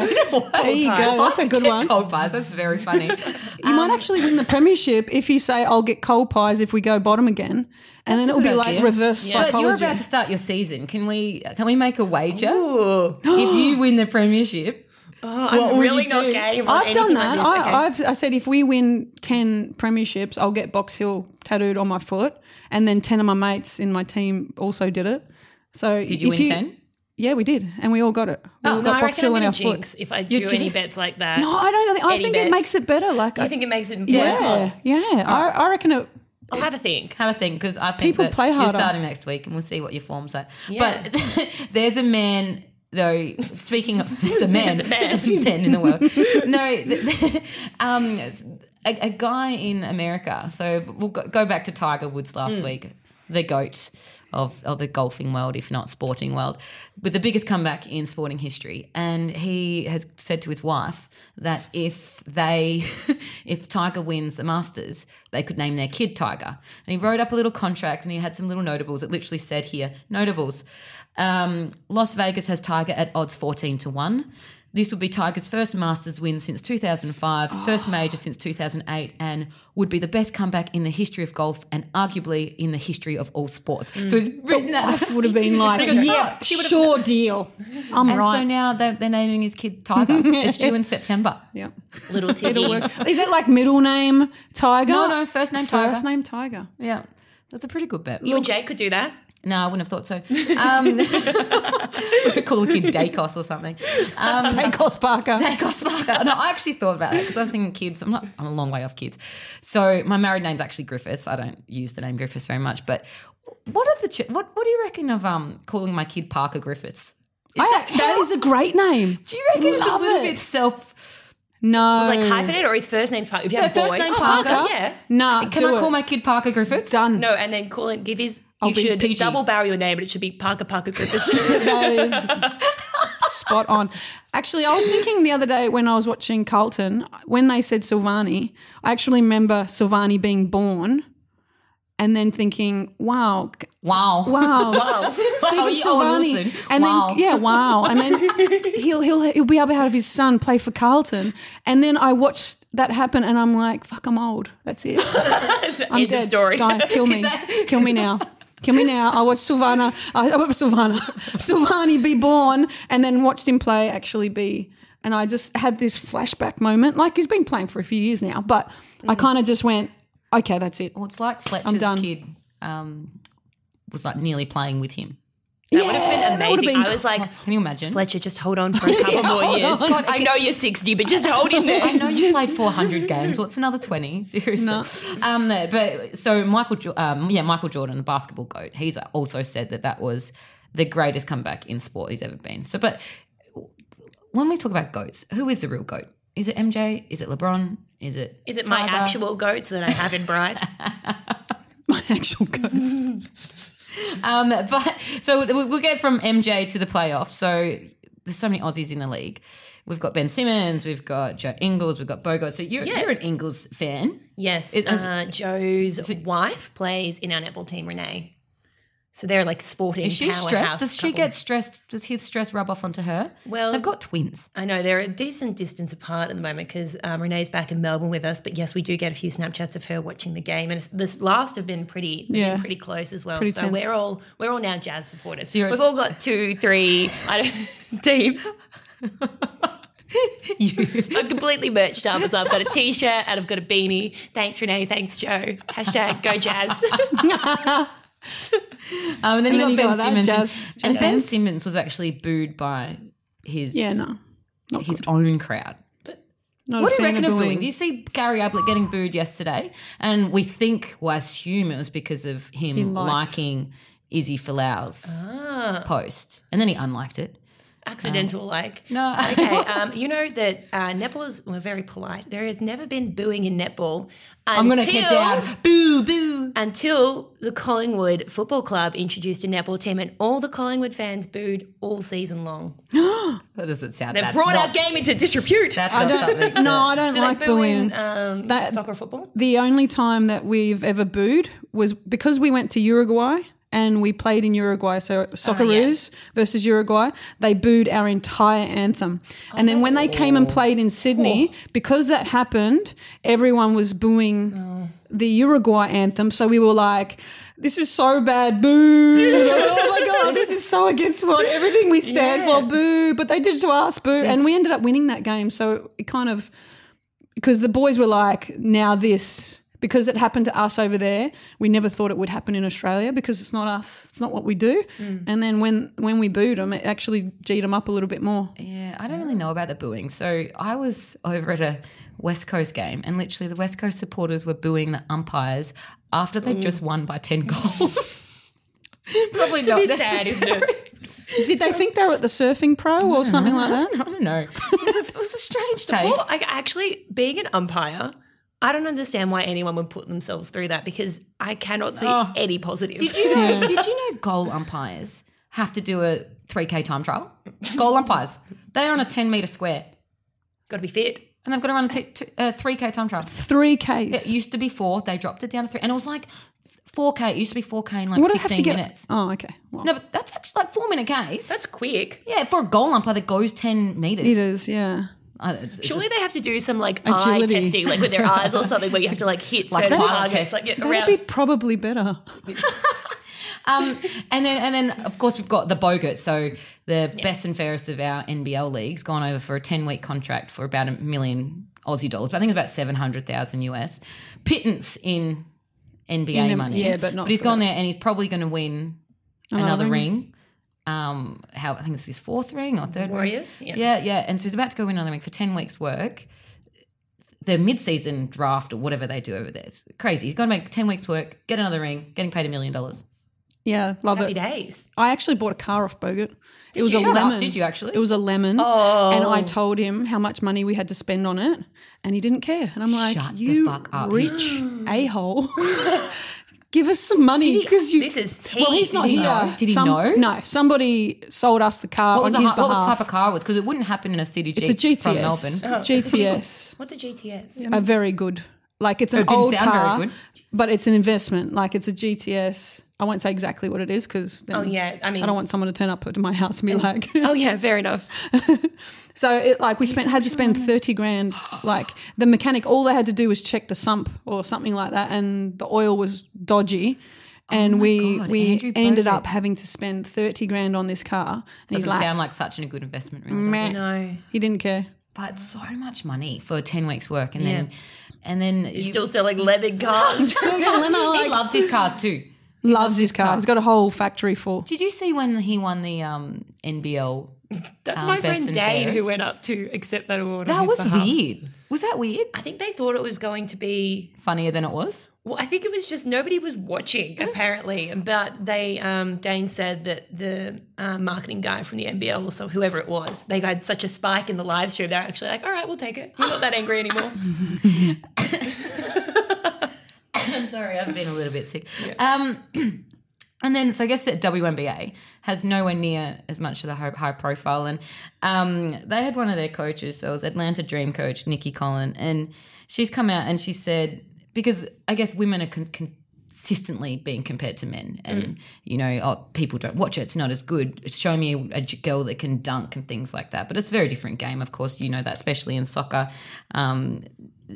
[SPEAKER 3] There you go. That's a good one.
[SPEAKER 1] Cold pies, that's very
[SPEAKER 3] *laughs*
[SPEAKER 1] funny.
[SPEAKER 3] You might
[SPEAKER 1] Um,
[SPEAKER 3] actually win the premiership if you say, "I'll get cold pies if we go bottom again," and then it'll be
[SPEAKER 2] good
[SPEAKER 3] like
[SPEAKER 2] idea.
[SPEAKER 3] reverse
[SPEAKER 1] but you're
[SPEAKER 3] psychology.
[SPEAKER 1] about to start your season. Can we can we make a wager? if you win the premiership,
[SPEAKER 2] I'm
[SPEAKER 1] What will
[SPEAKER 2] really
[SPEAKER 1] you
[SPEAKER 2] not
[SPEAKER 1] do?
[SPEAKER 2] game. on
[SPEAKER 3] I've done
[SPEAKER 2] anything
[SPEAKER 3] that.
[SPEAKER 2] Like this. Okay.
[SPEAKER 3] I, I've, I said if we win ten premierships, I'll get Box Hill tattooed on my foot, and then ten of my mates in my team also did it. So
[SPEAKER 1] did you
[SPEAKER 3] if
[SPEAKER 1] win ten? Oh,
[SPEAKER 3] Yeah, we did, and we all got it. We all
[SPEAKER 2] no,
[SPEAKER 3] got
[SPEAKER 2] I
[SPEAKER 3] Box
[SPEAKER 2] reckon
[SPEAKER 3] Hill
[SPEAKER 2] I'm
[SPEAKER 3] on
[SPEAKER 2] gonna
[SPEAKER 3] our
[SPEAKER 2] jinx
[SPEAKER 3] foot.
[SPEAKER 2] if I do
[SPEAKER 1] You're
[SPEAKER 2] any
[SPEAKER 1] jinx-
[SPEAKER 2] bets like that.
[SPEAKER 3] No, I don't. think I
[SPEAKER 2] Any
[SPEAKER 3] think
[SPEAKER 2] bets?
[SPEAKER 3] it makes it better. Like,
[SPEAKER 2] I
[SPEAKER 3] I
[SPEAKER 2] think it makes it.
[SPEAKER 3] yeah,
[SPEAKER 2] Yeah,
[SPEAKER 3] yeah. I, I reckon it.
[SPEAKER 2] I'll have a think.
[SPEAKER 1] Have a think because I think
[SPEAKER 3] People
[SPEAKER 1] that
[SPEAKER 3] play
[SPEAKER 1] You're
[SPEAKER 3] harder.
[SPEAKER 1] starting next week, and we'll see what your form's at.
[SPEAKER 2] Yeah.
[SPEAKER 1] But *laughs* there's a man. Though speaking
[SPEAKER 3] *laughs*
[SPEAKER 1] of, there's a man.
[SPEAKER 2] There's
[SPEAKER 1] there's,
[SPEAKER 2] a
[SPEAKER 1] a
[SPEAKER 2] man.
[SPEAKER 1] few men in the
[SPEAKER 2] *laughs*
[SPEAKER 1] world. no, *laughs* th- um, a, a guy in America. So we'll go, go back to Tiger Woods last
[SPEAKER 2] Hmm.
[SPEAKER 1] week, the goat of, of the golfing world, if not sporting world, with the biggest comeback in sporting history. And he has said to his wife that if they, *laughs* if Tiger wins the Masters, they could name their kid Tiger. And he wrote up a little contract, and he had some little notables. It literally said here notables. Um, Las Vegas has Tiger at odds fourteen to one. This would be Tiger's first Masters win since 2005, first major since 2008, and would be the best comeback in the history of golf and arguably in the history of all sports. So he's
[SPEAKER 3] Mm.
[SPEAKER 1] written that.
[SPEAKER 3] It would have been
[SPEAKER 1] *laughs*
[SPEAKER 3] like,
[SPEAKER 1] Because,
[SPEAKER 3] yeah,
[SPEAKER 1] oh, she would've-
[SPEAKER 3] sure deal. I'm
[SPEAKER 1] And
[SPEAKER 3] right.
[SPEAKER 1] so now they're, they're naming his kid Tiger.
[SPEAKER 3] *laughs*
[SPEAKER 1] it's due in September.
[SPEAKER 3] yeah,
[SPEAKER 2] Little
[SPEAKER 3] *laughs* it'll
[SPEAKER 2] Tiggy.
[SPEAKER 3] work. Is it like middle name Tiger?
[SPEAKER 1] No, no, first name Tiger.
[SPEAKER 3] First name Tiger.
[SPEAKER 1] Yeah. That's a pretty good bet.
[SPEAKER 2] You and Jake could do that.
[SPEAKER 1] No, I wouldn't have
[SPEAKER 3] *laughs*
[SPEAKER 1] thought so. Um, *laughs* call the kid Dacos or
[SPEAKER 3] *laughs*
[SPEAKER 1] something. Um,
[SPEAKER 3] Dacos Parker.
[SPEAKER 1] Take off Sparker. No, I actually thought about it because I was thinking kids. I'm not. I'm a long way off kids. So my married name's actually Griffiths. I don't use the name Griffiths very much. But what are the ch- what What do you reckon of um calling my kid Parker Griffiths?
[SPEAKER 3] I, that is a great name.
[SPEAKER 1] Do you reckon it's a
[SPEAKER 3] Love
[SPEAKER 1] little
[SPEAKER 3] it.
[SPEAKER 1] bit self?
[SPEAKER 3] No.
[SPEAKER 2] Like hyphenate or his first name's Parker. If you have
[SPEAKER 1] No,
[SPEAKER 2] a boy,
[SPEAKER 1] first name
[SPEAKER 2] oh,
[SPEAKER 1] Parker.
[SPEAKER 2] Yeah.
[SPEAKER 3] Nah,
[SPEAKER 1] Can
[SPEAKER 3] do
[SPEAKER 1] I call
[SPEAKER 3] it.
[SPEAKER 1] my kid Parker Griffiths?
[SPEAKER 3] done?
[SPEAKER 2] No, and then call him. Give his.
[SPEAKER 3] I'll
[SPEAKER 2] you
[SPEAKER 3] be
[SPEAKER 2] should
[SPEAKER 3] PG.
[SPEAKER 2] double barrel your name, but it should be Parker Parker Griffiths.
[SPEAKER 3] *laughs* *laughs* That is spot on. Actually, I was thinking the other day when I was watching Carlton, when they said Silvani, I actually remember Silvani being born and then thinking, wow, c-
[SPEAKER 1] Wow.
[SPEAKER 3] *laughs* wow,
[SPEAKER 1] Wow,
[SPEAKER 3] Stephen
[SPEAKER 1] you old
[SPEAKER 3] Silvani.
[SPEAKER 1] Wilson.
[SPEAKER 3] And
[SPEAKER 1] Wow.
[SPEAKER 3] then, yeah, wow. And then he'll, he'll, he'll be able to have his son play for Carlton. And then I watched that happen and I'm like, fuck, I'm old. That's it. I'm
[SPEAKER 2] End of
[SPEAKER 3] dead.
[SPEAKER 2] story.
[SPEAKER 3] Die. Kill me. Kill me now. Kill me now. I watched Silvana. I, I watched Silvana. Silvani be born, and then watched him play. Actually, be. And I just had this flashback moment. Like he's been playing for a few years now, but I kind of just went, okay, that's it.
[SPEAKER 1] Well, it's like Fletcher's
[SPEAKER 3] done.
[SPEAKER 1] kid. Um, was like nearly playing with him.
[SPEAKER 2] That would have
[SPEAKER 3] Yeah,
[SPEAKER 2] been
[SPEAKER 3] that would've
[SPEAKER 2] amazing.
[SPEAKER 3] been
[SPEAKER 2] I was like,
[SPEAKER 1] Can you imagine?
[SPEAKER 2] Fletcher, just hold
[SPEAKER 1] *laughs*
[SPEAKER 2] on for a couple more years.
[SPEAKER 1] on.
[SPEAKER 2] I know you're 60, but just hold in
[SPEAKER 1] I *laughs*
[SPEAKER 2] there.
[SPEAKER 1] know you played
[SPEAKER 2] *laughs*
[SPEAKER 1] 400 games. What's another 20? Seriously.
[SPEAKER 3] No.
[SPEAKER 1] Um, no, but so Michael, Jo- um, yeah, Michael Jordan, the basketball goat, he's also said that that was the greatest comeback in sport he's ever been. So, but when we talk about goats, who is the real goat? Is it MJ? Is it LeBron? Is it
[SPEAKER 2] Is it my
[SPEAKER 1] Tiger?
[SPEAKER 2] actual goats that I have in
[SPEAKER 1] *laughs*
[SPEAKER 2] Bride?
[SPEAKER 3] *laughs* My actual goats.
[SPEAKER 1] Um, *laughs* but so we- we'll get from MJ to the playoffs. So there's so many Aussies in the league. We've got Ben Simmons, we've got Joe Ingles, we've got Bogo. So you're,
[SPEAKER 2] Yeah.
[SPEAKER 1] you're an Ingles fan.
[SPEAKER 2] Yes.
[SPEAKER 1] It- as-
[SPEAKER 2] uh, Joe's wife plays in our netball team, Renee. So they're like sporting.
[SPEAKER 1] Is she
[SPEAKER 2] powerhouse
[SPEAKER 1] stressed? Does she
[SPEAKER 2] couple.
[SPEAKER 1] get stressed? Does his stress rub off onto her?
[SPEAKER 2] Well-
[SPEAKER 1] they've got
[SPEAKER 3] *laughs*
[SPEAKER 1] twins.
[SPEAKER 2] I know they're a decent distance apart at the moment because um, Renee's back in Melbourne with us. But yes, we do get a few Snapchats of her watching the game, and it's- this last have been pretty, they've been
[SPEAKER 3] Yeah.
[SPEAKER 2] pretty close as well.
[SPEAKER 3] Pretty
[SPEAKER 2] so
[SPEAKER 3] tense.
[SPEAKER 2] we're all we're all now Jazz supporters.
[SPEAKER 1] you're-
[SPEAKER 2] We've all got two, three, I don't *laughs* teams. I'm completely merched up as I've got a t-shirt and I've got a beanie. Thanks, Renee. Thanks, Joe. Hashtag go Jazz.
[SPEAKER 1] *laughs* Um, and then,
[SPEAKER 3] And then
[SPEAKER 1] you
[SPEAKER 3] you
[SPEAKER 1] got Ben
[SPEAKER 3] got that
[SPEAKER 1] Simmons,
[SPEAKER 3] jazz-
[SPEAKER 1] and, and
[SPEAKER 3] jazz
[SPEAKER 1] Ben
[SPEAKER 3] hands.
[SPEAKER 1] Simmons was actually booed by his
[SPEAKER 3] Yeah, no. Not
[SPEAKER 1] his
[SPEAKER 3] good.
[SPEAKER 1] own crowd.
[SPEAKER 3] Not
[SPEAKER 1] What
[SPEAKER 3] a
[SPEAKER 1] do you
[SPEAKER 3] fan
[SPEAKER 1] reckon of booing?
[SPEAKER 3] booing.
[SPEAKER 1] Do you see Gary Ablett getting booed yesterday? And we think, well, I assume it was because of him
[SPEAKER 3] liked.
[SPEAKER 1] liking Izzy Folau's
[SPEAKER 2] Ah,
[SPEAKER 1] post, and then he unliked it.
[SPEAKER 2] accidental like.
[SPEAKER 1] No,
[SPEAKER 3] Ah.
[SPEAKER 2] Okay, um, you know that uh, netballers were very polite. There has never been booing in netball.
[SPEAKER 1] *laughs* I'm gonna get
[SPEAKER 2] until-
[SPEAKER 1] down. Boo, boo.
[SPEAKER 2] until the Collingwood Football Club introduced a netball team, and all the Collingwood fans booed all season long.
[SPEAKER 1] That doesn't sound.
[SPEAKER 2] They
[SPEAKER 1] that's
[SPEAKER 2] brought
[SPEAKER 1] not,
[SPEAKER 2] our game into disrepute.
[SPEAKER 1] That's
[SPEAKER 3] I
[SPEAKER 1] not something.
[SPEAKER 3] don't, no,
[SPEAKER 1] that-
[SPEAKER 3] I don't like booing.
[SPEAKER 2] um,
[SPEAKER 3] That-
[SPEAKER 2] soccer football.
[SPEAKER 3] the only time that we've ever booed was because we went to Uruguay and we played in Uruguay, so Socceroos versus Uruguay. They booed our entire anthem, and then when they came and played in Sydney, because that happened, everyone was booing the Uruguay anthem. So we were like. This is so bad, boo! oh my god, this is so against what everything we stand for, boo! But they did it to us, boo! And we ended up winning that game, so it kind of because the boys were like, now this, because it happened to us over there, we never thought it would happen in Australia because it's not us, it's not what we do.
[SPEAKER 1] Mm.
[SPEAKER 3] And then when when we booed them, it actually G'd them up a little bit more.
[SPEAKER 1] Yeah, I don't really know about the booing. So I was over at a West Coast game, and literally the West Coast supporters were booing the umpires after they'd just won by *laughs* 10 goals. Probably not
[SPEAKER 2] sad, isn't
[SPEAKER 1] necessary.
[SPEAKER 2] it?
[SPEAKER 3] Did they think they were at the surfing pro or something
[SPEAKER 1] *laughs*
[SPEAKER 3] like that?
[SPEAKER 1] I don't know. It was a, it was a *laughs* strange take.
[SPEAKER 2] Well, I, actually, being an umpire, I don't understand why anyone would put themselves through that because I cannot see
[SPEAKER 1] Oh.
[SPEAKER 2] any positive.
[SPEAKER 1] Did you know? Did you know goal umpires have to do a 3k time trial? Goal umpires. They're on a 10 meter square,
[SPEAKER 2] Got to be fit.
[SPEAKER 1] and they've got to run a t- t- uh, 3k time trial.
[SPEAKER 3] Three
[SPEAKER 1] It
[SPEAKER 3] Ks.
[SPEAKER 1] used to be four. They dropped it down to three, and it was like 4k. It used to be 4k in like
[SPEAKER 3] What do I have
[SPEAKER 1] 16
[SPEAKER 3] to get?
[SPEAKER 1] minutes.
[SPEAKER 3] Oh, okay. Well,
[SPEAKER 1] No, but that's actually like four minute case.
[SPEAKER 2] That's quick.
[SPEAKER 1] yeah, for a goal umpire that goes ten meters.
[SPEAKER 3] it is, yeah.
[SPEAKER 1] I- it's- it's
[SPEAKER 2] Surely
[SPEAKER 1] just-
[SPEAKER 2] they have to do some like
[SPEAKER 3] Agility.
[SPEAKER 2] eye testing, like with their eyes or something, where you have to like hit
[SPEAKER 1] Like
[SPEAKER 2] certain
[SPEAKER 1] that-
[SPEAKER 2] targets, like get
[SPEAKER 3] That'd
[SPEAKER 2] around.
[SPEAKER 3] be probably better.
[SPEAKER 1] um, and then and then of course we've got the Bogart, so the best and fairest of our NBL leagues, gone over for a ten week contract for about a million Aussie dollars, but I think it's about seven hundred thousand US pittance in NBA
[SPEAKER 3] In a-
[SPEAKER 1] money.
[SPEAKER 3] yeah, but not
[SPEAKER 1] But he's
[SPEAKER 3] for
[SPEAKER 1] gone
[SPEAKER 3] that.
[SPEAKER 1] there and he's probably going to win another,
[SPEAKER 3] Another
[SPEAKER 1] ring. Um, how I think this is his fourth ring or third ring.
[SPEAKER 2] Warriors. Yeah.
[SPEAKER 1] Yeah, yeah. And so he's about to go in on a week for 10 weeks' work. The mid-season draft or whatever they do over there, it's crazy. He's got to make 10 weeks' work, get another ring, getting paid a million dollars.
[SPEAKER 3] Yeah, love
[SPEAKER 2] Happy
[SPEAKER 3] it.
[SPEAKER 2] days.
[SPEAKER 3] I actually bought a car off Bogart. It was
[SPEAKER 1] you?
[SPEAKER 3] a
[SPEAKER 1] Shut up.
[SPEAKER 3] lemon.
[SPEAKER 1] Did you actually?
[SPEAKER 3] It was a lemon. Oh. And I told him how much money we had to spend on it, and he didn't care. And I'm like,
[SPEAKER 1] Shut the
[SPEAKER 3] you
[SPEAKER 1] fuck up." *gasps*
[SPEAKER 3] rich a hole. *laughs* Give us some money because you.
[SPEAKER 2] This is tea.
[SPEAKER 3] well, he's not
[SPEAKER 1] Did he
[SPEAKER 3] here.
[SPEAKER 1] know? Did he
[SPEAKER 3] Some-
[SPEAKER 1] know?
[SPEAKER 3] No, somebody sold us the car
[SPEAKER 1] What was,
[SPEAKER 3] on
[SPEAKER 1] the,
[SPEAKER 3] his
[SPEAKER 1] hi- what was the
[SPEAKER 3] behalf.
[SPEAKER 1] type of car it was? Because it wouldn't happen in a city
[SPEAKER 3] it's a
[SPEAKER 1] Jeep
[SPEAKER 3] GTS.
[SPEAKER 1] from Melbourne.
[SPEAKER 3] *laughs* GTS.
[SPEAKER 2] What's a GTS?
[SPEAKER 3] A very good. Like it's an
[SPEAKER 1] Oh, It didn't
[SPEAKER 3] old
[SPEAKER 1] sound very
[SPEAKER 3] car,
[SPEAKER 1] good.
[SPEAKER 3] but it's an investment. Like it's a GTS. I won't say exactly what it is because
[SPEAKER 2] Oh yeah, I mean,
[SPEAKER 3] I don't want someone to turn up to my house and be like, *laughs*
[SPEAKER 2] Oh yeah, fair enough.
[SPEAKER 3] So it like we spent had to spend thirty grand. Like the mechanic, all they had to do was check the sump or something like that, and the oil was dodgy. And we
[SPEAKER 1] God,
[SPEAKER 3] we
[SPEAKER 1] Andrew
[SPEAKER 3] ended
[SPEAKER 1] Bogart.
[SPEAKER 3] up having to spend thirty grand on this car. And he's
[SPEAKER 1] Doesn't
[SPEAKER 3] like,
[SPEAKER 1] sound like such a good investment, really. does it?
[SPEAKER 3] "Meh."
[SPEAKER 2] No,
[SPEAKER 3] he didn't care.
[SPEAKER 1] But so much money for ten weeks' work, and then and then you,
[SPEAKER 2] still selling leather cars.
[SPEAKER 3] *laughs* So the lemon,
[SPEAKER 1] he
[SPEAKER 3] like,
[SPEAKER 1] loves his cars too.
[SPEAKER 3] Loves his car. He's got a whole factory full.
[SPEAKER 1] Did you see when he won the um, NBL?
[SPEAKER 2] That's
[SPEAKER 1] Um,
[SPEAKER 2] my
[SPEAKER 1] best
[SPEAKER 2] friend
[SPEAKER 1] and
[SPEAKER 2] Dane
[SPEAKER 1] fairest.
[SPEAKER 2] who went up to accept that award. on
[SPEAKER 1] That
[SPEAKER 2] his
[SPEAKER 1] was
[SPEAKER 2] behalf.
[SPEAKER 1] weird. Was that weird?
[SPEAKER 2] I think they thought it was going to be
[SPEAKER 1] Funnier than it was.
[SPEAKER 2] Well, I think it was just nobody was watching
[SPEAKER 1] Oh.
[SPEAKER 2] apparently, but they um, Dane said that the uh, marketing guy from the NBL or so whoever it was, they had such a spike in the live stream. They're actually like, "All right, we'll take it. We're not that
[SPEAKER 1] *laughs*
[SPEAKER 2] angry anymore."
[SPEAKER 1] *laughs* I'm sorry, I've been a little bit sick. Um, *clears throat* and then, so I guess that WNBA has nowhere near as much of the high, high profile. And um, they had one of their coaches, so it was Atlanta Dream coach Nikki Collin, and she's come out and she said because I guess women are con- consistently being compared to men, and you know, oh, people don't watch it; it's not as good. Show me a j- girl that can dunk and things like that. But it's a very different game, of course. You know that, especially in soccer. Um,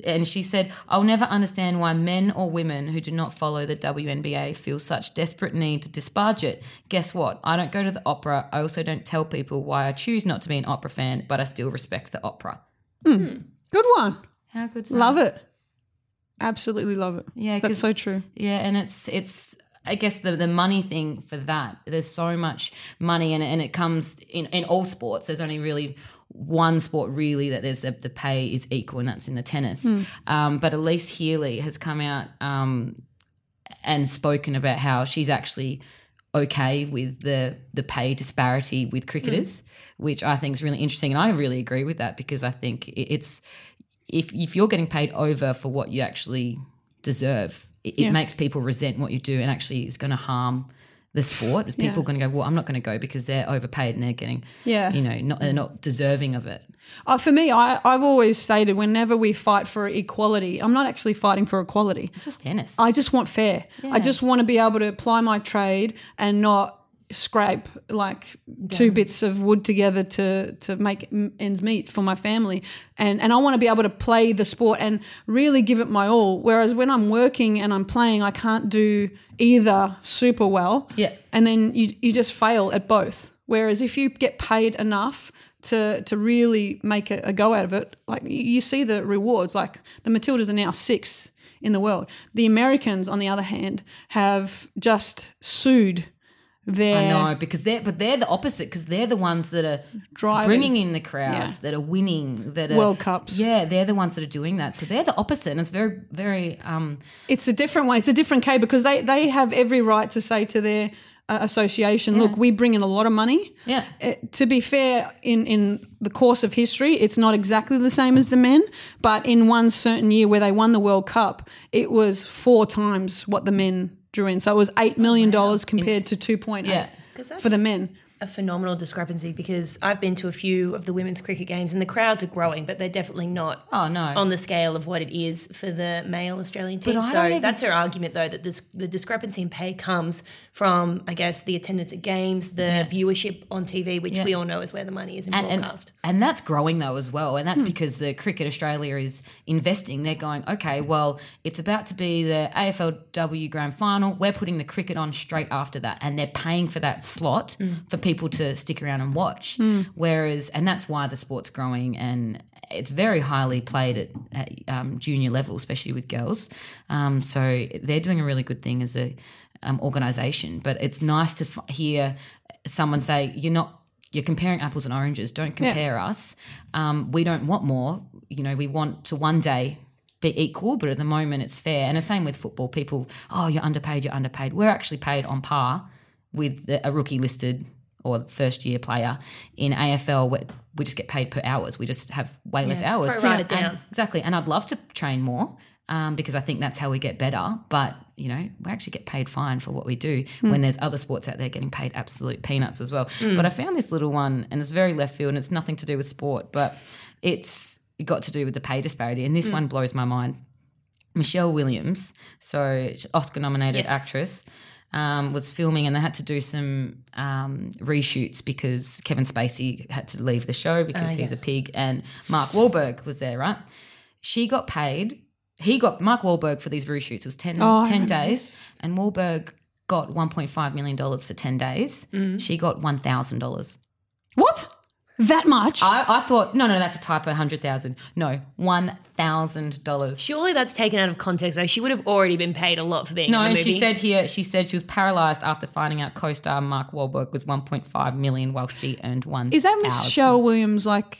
[SPEAKER 1] and she said, I'll never understand why men or women who do not follow the WNBA feel such desperate need to disparage it. Guess what? I don't go to the opera. I also don't tell people why I choose not to be an opera fan, but I still respect the opera.
[SPEAKER 3] Good one.
[SPEAKER 1] How good is that?
[SPEAKER 3] Love it. Absolutely love it.
[SPEAKER 1] Yeah, 'cause-
[SPEAKER 3] That's so true.
[SPEAKER 1] Yeah, and it's it's I guess the the money thing for that. There's so much money in it, and it comes in in all sports. There's only really one sport really that there's the, the pay is equal, and that's in the tennis. Um, but Elise Healy has come out um, and spoken about how she's actually okay with the the pay disparity with cricketers, which I think is really interesting, and I really agree with that because I think i- it's if if you're getting paid over for what you actually deserve, it, it makes people resent what you do, and actually is going to harm the sport. Is people going to go, well, I'm not going to go because they're overpaid and they're getting,
[SPEAKER 3] Yeah.
[SPEAKER 1] you know, not they're not deserving of it.
[SPEAKER 3] Uh, for me, I, I've always stated whenever we fight for equality, I'm not actually fighting for equality.
[SPEAKER 1] It's just fairness.
[SPEAKER 3] I just want fair. I just want to be able to apply my trade and not scrape like two bits of wood together to to make m- ends meet for my family and and I want to be able to play the sport and really give it my all whereas when I'm working and I'm playing I can't do either super well
[SPEAKER 1] Yeah.
[SPEAKER 3] and then you you just fail at both whereas if you get paid enough to to really make a, a go out of it like you, you see the rewards like the Matildas are now sixth in the world the Americans on the other hand have just sued
[SPEAKER 1] I
[SPEAKER 3] their
[SPEAKER 1] know because they're but they're the opposite because they're the ones that are
[SPEAKER 3] Driving.
[SPEAKER 1] bringing in the crowds that are winning that are,
[SPEAKER 3] World Cups.
[SPEAKER 1] Yeah, they're the ones that are doing that. So they're the opposite, and it's very very um,
[SPEAKER 3] it's a different one. It's a different K because they they have every right to say to their uh, association, look, we bring in a lot of money.
[SPEAKER 1] yeah.
[SPEAKER 3] Uh, to be fair, in in the course of history, it's not exactly the same as the men, but in one certain year where they won the World Cup, it was four times what the men drew in. So it was eight million dollars compared to two point eight
[SPEAKER 1] Yeah.
[SPEAKER 3] for the men.
[SPEAKER 2] a phenomenal discrepancy because I've been to a few of the women's cricket games and the crowds are growing, but they're definitely not
[SPEAKER 1] Oh no.
[SPEAKER 2] on the scale of what it is for the male Australian team.
[SPEAKER 1] I
[SPEAKER 2] So
[SPEAKER 1] don't even-
[SPEAKER 2] that's her argument, though, that this the discrepancy in pay comes from, I guess, the attendance at games, the viewership on TV, which we all know is where the money is in
[SPEAKER 1] and,
[SPEAKER 2] broadcast. Hmm.
[SPEAKER 1] and that's growing though as well, and that's because the Cricket Australia is investing. They're going, okay, well, it's about to be the AFLW Grand Final. We're putting the cricket on straight after that, and they're paying for that slot
[SPEAKER 2] Hmm.
[SPEAKER 1] for people to stick around and watch. Whereas, and that's why the sport's growing, and it's very highly played at, at um, junior level, especially with girls. Um, so they're doing a really good thing as a um, organization. But it's nice to f- hear someone say, "You're not." you're comparing apples and oranges. Don't compare us. Um, we don't want more. You know, we want to one day be equal, but at the moment it's fair. And the same with football. People, oh, you're underpaid. You're underpaid. We're actually paid on par with the, a rookie listed or first year player in AFL. we we just get paid per hours. We just have way less hours.
[SPEAKER 2] prorated
[SPEAKER 1] And-
[SPEAKER 2] down.
[SPEAKER 1] exactly. And I'd love to train more um, because I think that's how we get better. But you know, we actually get paid fine for what we do when there's other sports out there getting paid absolute peanuts as well. But I found this little one, and it's very left field, and it's nothing to do with sport, but it's got to do with the pay disparity. And this one blows my mind. Michelle Williams, so Oscar nominated
[SPEAKER 2] Yes.
[SPEAKER 1] actress, um, was filming and they had to do some um, reshoots because Kevin Spacey had to leave the
[SPEAKER 3] Ah,
[SPEAKER 1] show because he's a pig and Mark Wahlberg was there, right? She got paid. He got Mark Wahlberg for these reshoots. It was 10,
[SPEAKER 3] Oh, I
[SPEAKER 1] 10
[SPEAKER 3] remember
[SPEAKER 1] days. And Wahlberg
[SPEAKER 3] Mm-hmm.
[SPEAKER 1] got $1.5 million for 10 days. She got $1,000.
[SPEAKER 3] What? That much?
[SPEAKER 1] I, I thought, no, no, that's a typo, 100000 No, $1,000.
[SPEAKER 2] Surely that's taken out of context. Though she would have already been paid a lot for being
[SPEAKER 1] No,
[SPEAKER 2] in
[SPEAKER 1] and
[SPEAKER 2] the movie.
[SPEAKER 1] she said here, she said she was paralyzed after finding out co star Mark Wahlberg was 1.5 million while she earned one.
[SPEAKER 3] Is that Michelle Williams like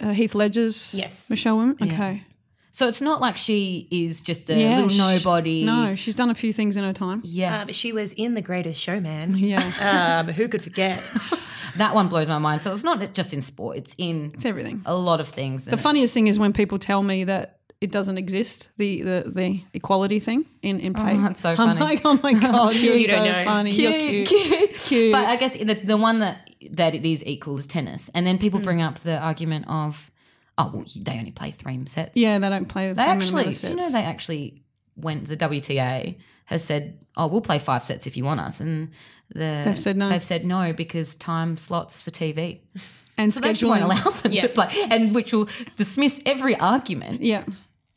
[SPEAKER 3] uh, Heath Ledger's?
[SPEAKER 2] Yes.
[SPEAKER 3] Michelle Williams? Okay.
[SPEAKER 1] So it's not like she is just a
[SPEAKER 3] Yeah,
[SPEAKER 1] little
[SPEAKER 3] she-
[SPEAKER 1] nobody.
[SPEAKER 3] No, she's done a few things in her time.
[SPEAKER 1] Yeah,
[SPEAKER 2] Uh, but she was in The Greatest
[SPEAKER 1] *laughs*
[SPEAKER 2] Showman.
[SPEAKER 3] Yeah.
[SPEAKER 2] um, who could forget? Uh,
[SPEAKER 1] that one blows my mind. So it's not just in sport, it's in
[SPEAKER 3] It's everything.
[SPEAKER 1] a lot of things.
[SPEAKER 3] The funniest thing is when people tell me that it doesn't exist, the the, the equality thing in, in pay.
[SPEAKER 1] Oh, that's so
[SPEAKER 3] I'm
[SPEAKER 1] funny.
[SPEAKER 3] like, oh
[SPEAKER 1] *laughs*
[SPEAKER 3] my God, you're
[SPEAKER 2] You don't
[SPEAKER 3] so
[SPEAKER 2] know.
[SPEAKER 3] funny. You're cute. Cute.
[SPEAKER 1] But I guess the, the one that, that it is equal is tennis. And then
[SPEAKER 2] Hmm.
[SPEAKER 1] people bring up the argument of, oh, well, they only play three sets.
[SPEAKER 3] Yeah, they don't play the
[SPEAKER 1] They
[SPEAKER 3] same
[SPEAKER 1] actually,
[SPEAKER 3] amount of
[SPEAKER 1] do you know,
[SPEAKER 3] sets.
[SPEAKER 1] they actually went. The WTA has said, "Oh, we'll play five sets if you want us," and the,
[SPEAKER 3] They've said no.
[SPEAKER 1] They've said no because time slots for TV.
[SPEAKER 3] and
[SPEAKER 1] So they actually won't
[SPEAKER 3] scheduling.
[SPEAKER 1] allow them
[SPEAKER 2] Yeah.
[SPEAKER 1] to play, and which will dismiss every argument.
[SPEAKER 3] Yeah.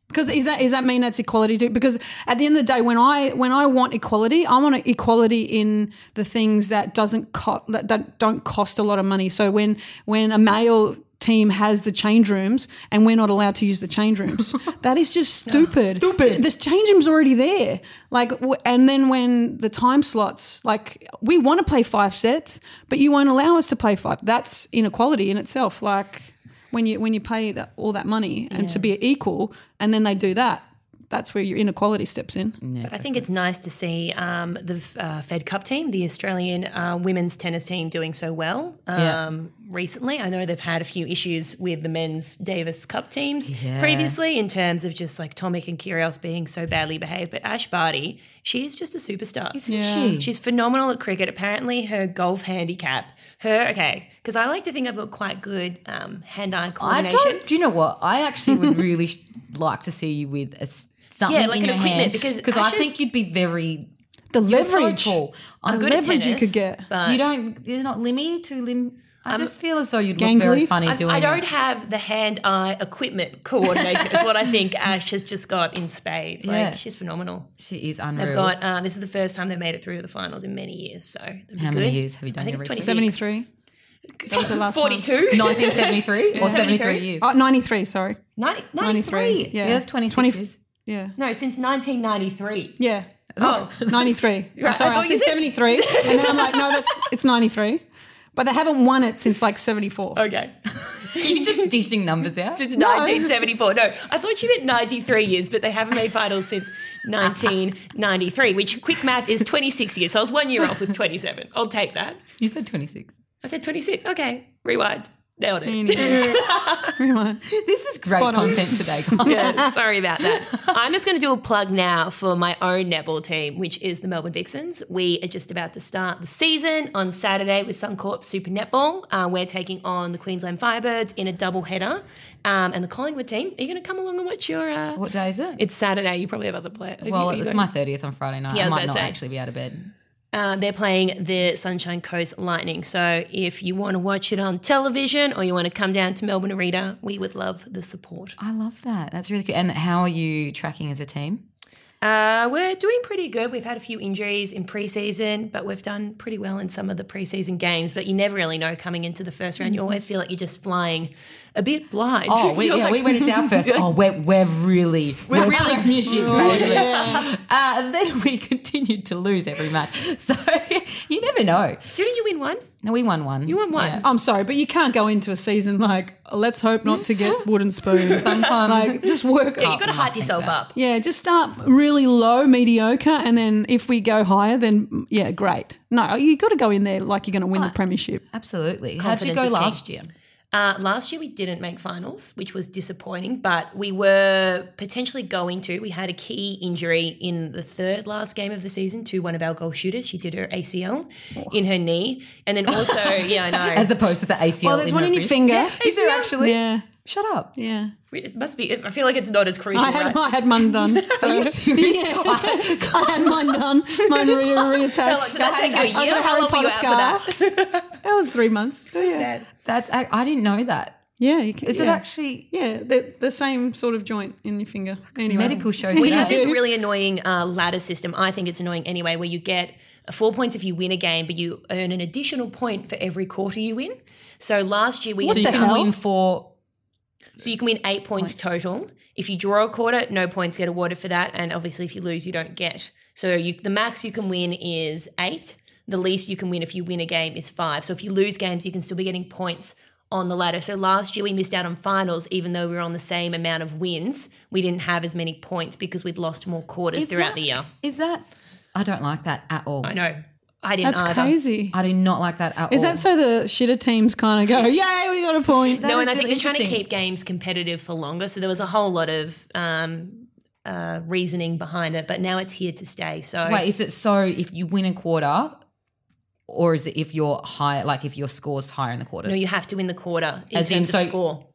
[SPEAKER 3] Because is that is that mean that's equality too? Because at the end of the day, when I when I want equality, I want equality in the things that doesn't co- that, that don't cost a lot of money. So when when a male team has the change rooms and we're not allowed to use the change rooms, that is just stupid. stupid. This change room's already there. Like, w- and then when the time slots, like we want to play five sets, but you won't allow us to play five. That's inequality in itself. Like when you when you pay that, all that money and to be equal, and then they do that. That's where your inequality steps in.
[SPEAKER 2] But I think it's nice to see um, the uh, Fed Cup team, the Australian uh, women's tennis team, doing so well
[SPEAKER 1] Yeah.
[SPEAKER 2] um, recently. I know they've had a few issues with the men's Davis Cup teams
[SPEAKER 1] Yeah.
[SPEAKER 2] previously in terms of just like Tomic and Kyrgios being so badly behaved. But Ash Barty, she is just a superstar.
[SPEAKER 1] Isn't she?
[SPEAKER 2] She's phenomenal at cricket. Apparently, her golf handicap, her, okay, because I like to think I've got quite good um, hand eye
[SPEAKER 1] I
[SPEAKER 2] coordination.
[SPEAKER 1] don't. Do you know what? I actually would really *laughs* sh- like to see you with a s- something
[SPEAKER 2] Yeah, like
[SPEAKER 1] in
[SPEAKER 2] an
[SPEAKER 1] your
[SPEAKER 2] equipment,
[SPEAKER 1] hand
[SPEAKER 2] because
[SPEAKER 1] I
[SPEAKER 2] Ashes-
[SPEAKER 1] think you'd be very
[SPEAKER 3] The
[SPEAKER 1] so
[SPEAKER 3] leverage,
[SPEAKER 1] tall. I'm
[SPEAKER 2] good at
[SPEAKER 3] leverage you
[SPEAKER 2] tennis,
[SPEAKER 3] could get.
[SPEAKER 2] but-
[SPEAKER 1] you don't. You're not limmy too lim. I just feel as though you'd look
[SPEAKER 3] Gangly?
[SPEAKER 1] very funny
[SPEAKER 2] I,
[SPEAKER 1] doing.
[SPEAKER 2] I
[SPEAKER 1] it.
[SPEAKER 2] don't have the hand-eye equipment coordination. is what I think Ash has just got in spades.
[SPEAKER 1] Yeah.
[SPEAKER 2] Like she's phenomenal.
[SPEAKER 1] She is unreal. *laughs*
[SPEAKER 2] They've got uh, this is the first time they've made it through to the finals in many years. So that'd
[SPEAKER 1] How
[SPEAKER 2] be
[SPEAKER 1] many
[SPEAKER 2] good.
[SPEAKER 1] years have you done
[SPEAKER 2] I think
[SPEAKER 1] your
[SPEAKER 2] it's 26.
[SPEAKER 3] seventy three. That was the last one.
[SPEAKER 2] 42. *laughs*
[SPEAKER 1] 1973 or 73 years.
[SPEAKER 3] Oh, 93, sorry.
[SPEAKER 2] 90,
[SPEAKER 3] 93.
[SPEAKER 2] 93.
[SPEAKER 3] Yeah,
[SPEAKER 1] Yeah, that's 26
[SPEAKER 3] 20
[SPEAKER 1] years.
[SPEAKER 3] Yeah.
[SPEAKER 2] No, since 1993.
[SPEAKER 3] Yeah.
[SPEAKER 2] *laughs* Oh,
[SPEAKER 3] 93. I'm sorry,
[SPEAKER 2] I
[SPEAKER 3] I,
[SPEAKER 2] thought you
[SPEAKER 3] said 73. and then I'm like, no, that's it's 93. But they haven't won it since like 74.
[SPEAKER 2] okay.
[SPEAKER 1] *laughs* You're just dishing numbers out.
[SPEAKER 2] *laughs*
[SPEAKER 1] *laughs*
[SPEAKER 2] Since 1974. No, I thought she meant 93 years, but they haven't made
[SPEAKER 1] *laughs*
[SPEAKER 2] finals since 1993, which quick math is 26 years. So I was one year off with 27. I'll take that.
[SPEAKER 1] You said 26.
[SPEAKER 2] I said 26. Okay. Rewind. Nailed it.
[SPEAKER 3] Everyone.
[SPEAKER 1] This is great
[SPEAKER 3] Spot on.
[SPEAKER 1] content today. guys. *laughs*
[SPEAKER 2] Yeah, *laughs* sorry about that. I'm just going to do a plug now for my own netball team, which is the Melbourne Vixens. We are just about to start the season on Saturday with Suncorp Super Netball. Uh, we're taking on the Queensland Firebirds in a double header. Um, and the Collingwood team, are you going to come along and watch your. Uh,
[SPEAKER 1] What day is it?
[SPEAKER 2] It's Saturday. You probably have other play. have
[SPEAKER 1] well,
[SPEAKER 2] you-
[SPEAKER 1] it's
[SPEAKER 2] you-
[SPEAKER 1] my 30th on Friday night.
[SPEAKER 2] Yeah,
[SPEAKER 1] I
[SPEAKER 2] I was
[SPEAKER 1] might
[SPEAKER 2] about to
[SPEAKER 1] not
[SPEAKER 2] say.
[SPEAKER 1] actually be out of bed.
[SPEAKER 2] Uh, they're playing the Sunshine Coast Lightning. So if you want to watch it on television or you want to come down to Melbourne Arena, we would love the support.
[SPEAKER 1] I love that. That's really good. And how are you tracking as a team?
[SPEAKER 2] Uh, we're doing pretty good. We've had a few injuries in preseason, but we've done pretty well in some of the preseason games. But you never really know coming into the first round. You always feel like you're just flying a bit
[SPEAKER 1] *laughs*
[SPEAKER 2] blind.
[SPEAKER 1] Mm-hmm.
[SPEAKER 2] *laughs*
[SPEAKER 1] Oh, we,
[SPEAKER 2] You're
[SPEAKER 1] yeah,
[SPEAKER 2] like-
[SPEAKER 1] we went into our first. Oh, we're, we're really, we're,
[SPEAKER 2] really-
[SPEAKER 1] premiership favourites. *laughs* Uh, and then we *laughs* continued to lose every match. *laughs* So you never know.
[SPEAKER 2] Didn't you win one?
[SPEAKER 1] No, we won one.
[SPEAKER 2] You won one.
[SPEAKER 3] I'm sorry, but you can't go into a season like, let's hope not to get wooden spoons.
[SPEAKER 1] Sometimes.
[SPEAKER 3] *laughs* Like, just work
[SPEAKER 2] you
[SPEAKER 3] up.
[SPEAKER 1] Oh,
[SPEAKER 2] got to hype yourself up.
[SPEAKER 3] Yeah, just start really low, mediocre, and then if we go higher, then yeah, great. No, you got to go in there like you're going to win the premiership.
[SPEAKER 1] Absolutely. How'd you
[SPEAKER 2] Confidence
[SPEAKER 1] go
[SPEAKER 2] is key.
[SPEAKER 1] last year?
[SPEAKER 2] Uh, last year we didn't make finals, which was disappointing, but we were potentially going to. We had a key injury in the third last game of the season to one of our goal shooters. She did her ACL in her knee. And
[SPEAKER 1] *laughs*
[SPEAKER 2] then also, yeah, I know.
[SPEAKER 1] Oh. As opposed to the ACL.
[SPEAKER 3] Well, Oh, there's
[SPEAKER 1] in
[SPEAKER 3] one
[SPEAKER 1] her
[SPEAKER 3] in your
[SPEAKER 1] wrist.
[SPEAKER 3] finger.
[SPEAKER 1] Is there actually?
[SPEAKER 3] Yeah,
[SPEAKER 1] Shut up.
[SPEAKER 3] yeah.
[SPEAKER 2] It must be. I feel like it's not as crucial.
[SPEAKER 3] I had
[SPEAKER 2] right?
[SPEAKER 3] I had mine done. So
[SPEAKER 1] Are you serious?
[SPEAKER 3] Yeah, *laughs* I had mine done. Mine re- reattached.
[SPEAKER 2] Did I take a
[SPEAKER 3] I
[SPEAKER 2] year?
[SPEAKER 3] got a
[SPEAKER 2] How
[SPEAKER 3] Harry
[SPEAKER 2] long were you
[SPEAKER 3] Potter
[SPEAKER 2] out for
[SPEAKER 3] scar. That was three months. Yeah.
[SPEAKER 2] that?
[SPEAKER 1] That's I, I didn't know that.
[SPEAKER 3] Yeah, you can,
[SPEAKER 4] Is
[SPEAKER 3] yeah.
[SPEAKER 4] it actually?
[SPEAKER 3] Yeah, the, the same sort of joint in your finger. Anyway,
[SPEAKER 1] Medical shows
[SPEAKER 2] We
[SPEAKER 1] that.
[SPEAKER 2] have this really annoying uh, ladder system. I think it's annoying anyway, where you get four points if you win a game, but you earn an additional point for every quarter you win. So last year we
[SPEAKER 1] so you
[SPEAKER 2] had-
[SPEAKER 1] can
[SPEAKER 4] hell?
[SPEAKER 1] win for
[SPEAKER 2] so you can win eight points total. If you draw a quarter, no points get awarded for that, and obviously if you lose, you don't get. So you, the max you can win is eight. The least you can win if you win a game is five. So if you lose games, you can still be getting points on the ladder. So last year we missed out on finals, even though we were on the same amount of wins. We didn't have as many points because we'd lost more quarters
[SPEAKER 1] Is
[SPEAKER 2] throughout
[SPEAKER 1] that-
[SPEAKER 2] the year.
[SPEAKER 1] Is that? I don't like that at all.
[SPEAKER 2] I know. Ah, I didn't
[SPEAKER 3] That's
[SPEAKER 2] either.
[SPEAKER 3] crazy.
[SPEAKER 1] I Oh. do not like that at
[SPEAKER 3] Is
[SPEAKER 1] all.
[SPEAKER 3] that so the shitter teams kind of go, yay, we got a point?
[SPEAKER 1] That
[SPEAKER 2] No, and
[SPEAKER 1] is
[SPEAKER 2] I think
[SPEAKER 1] really
[SPEAKER 2] they're trying to
[SPEAKER 1] interesting.
[SPEAKER 2] keep games competitive for longer. So there was a whole lot of um, uh, reasoning behind it, but now it's here to stay. So
[SPEAKER 1] Wait, is it so if you win a quarter, or is it if you're higher, like if your score's higher in the quarters?
[SPEAKER 2] no, you have to win the quarter in
[SPEAKER 1] As in,
[SPEAKER 2] terms of
[SPEAKER 1] so-
[SPEAKER 2] score.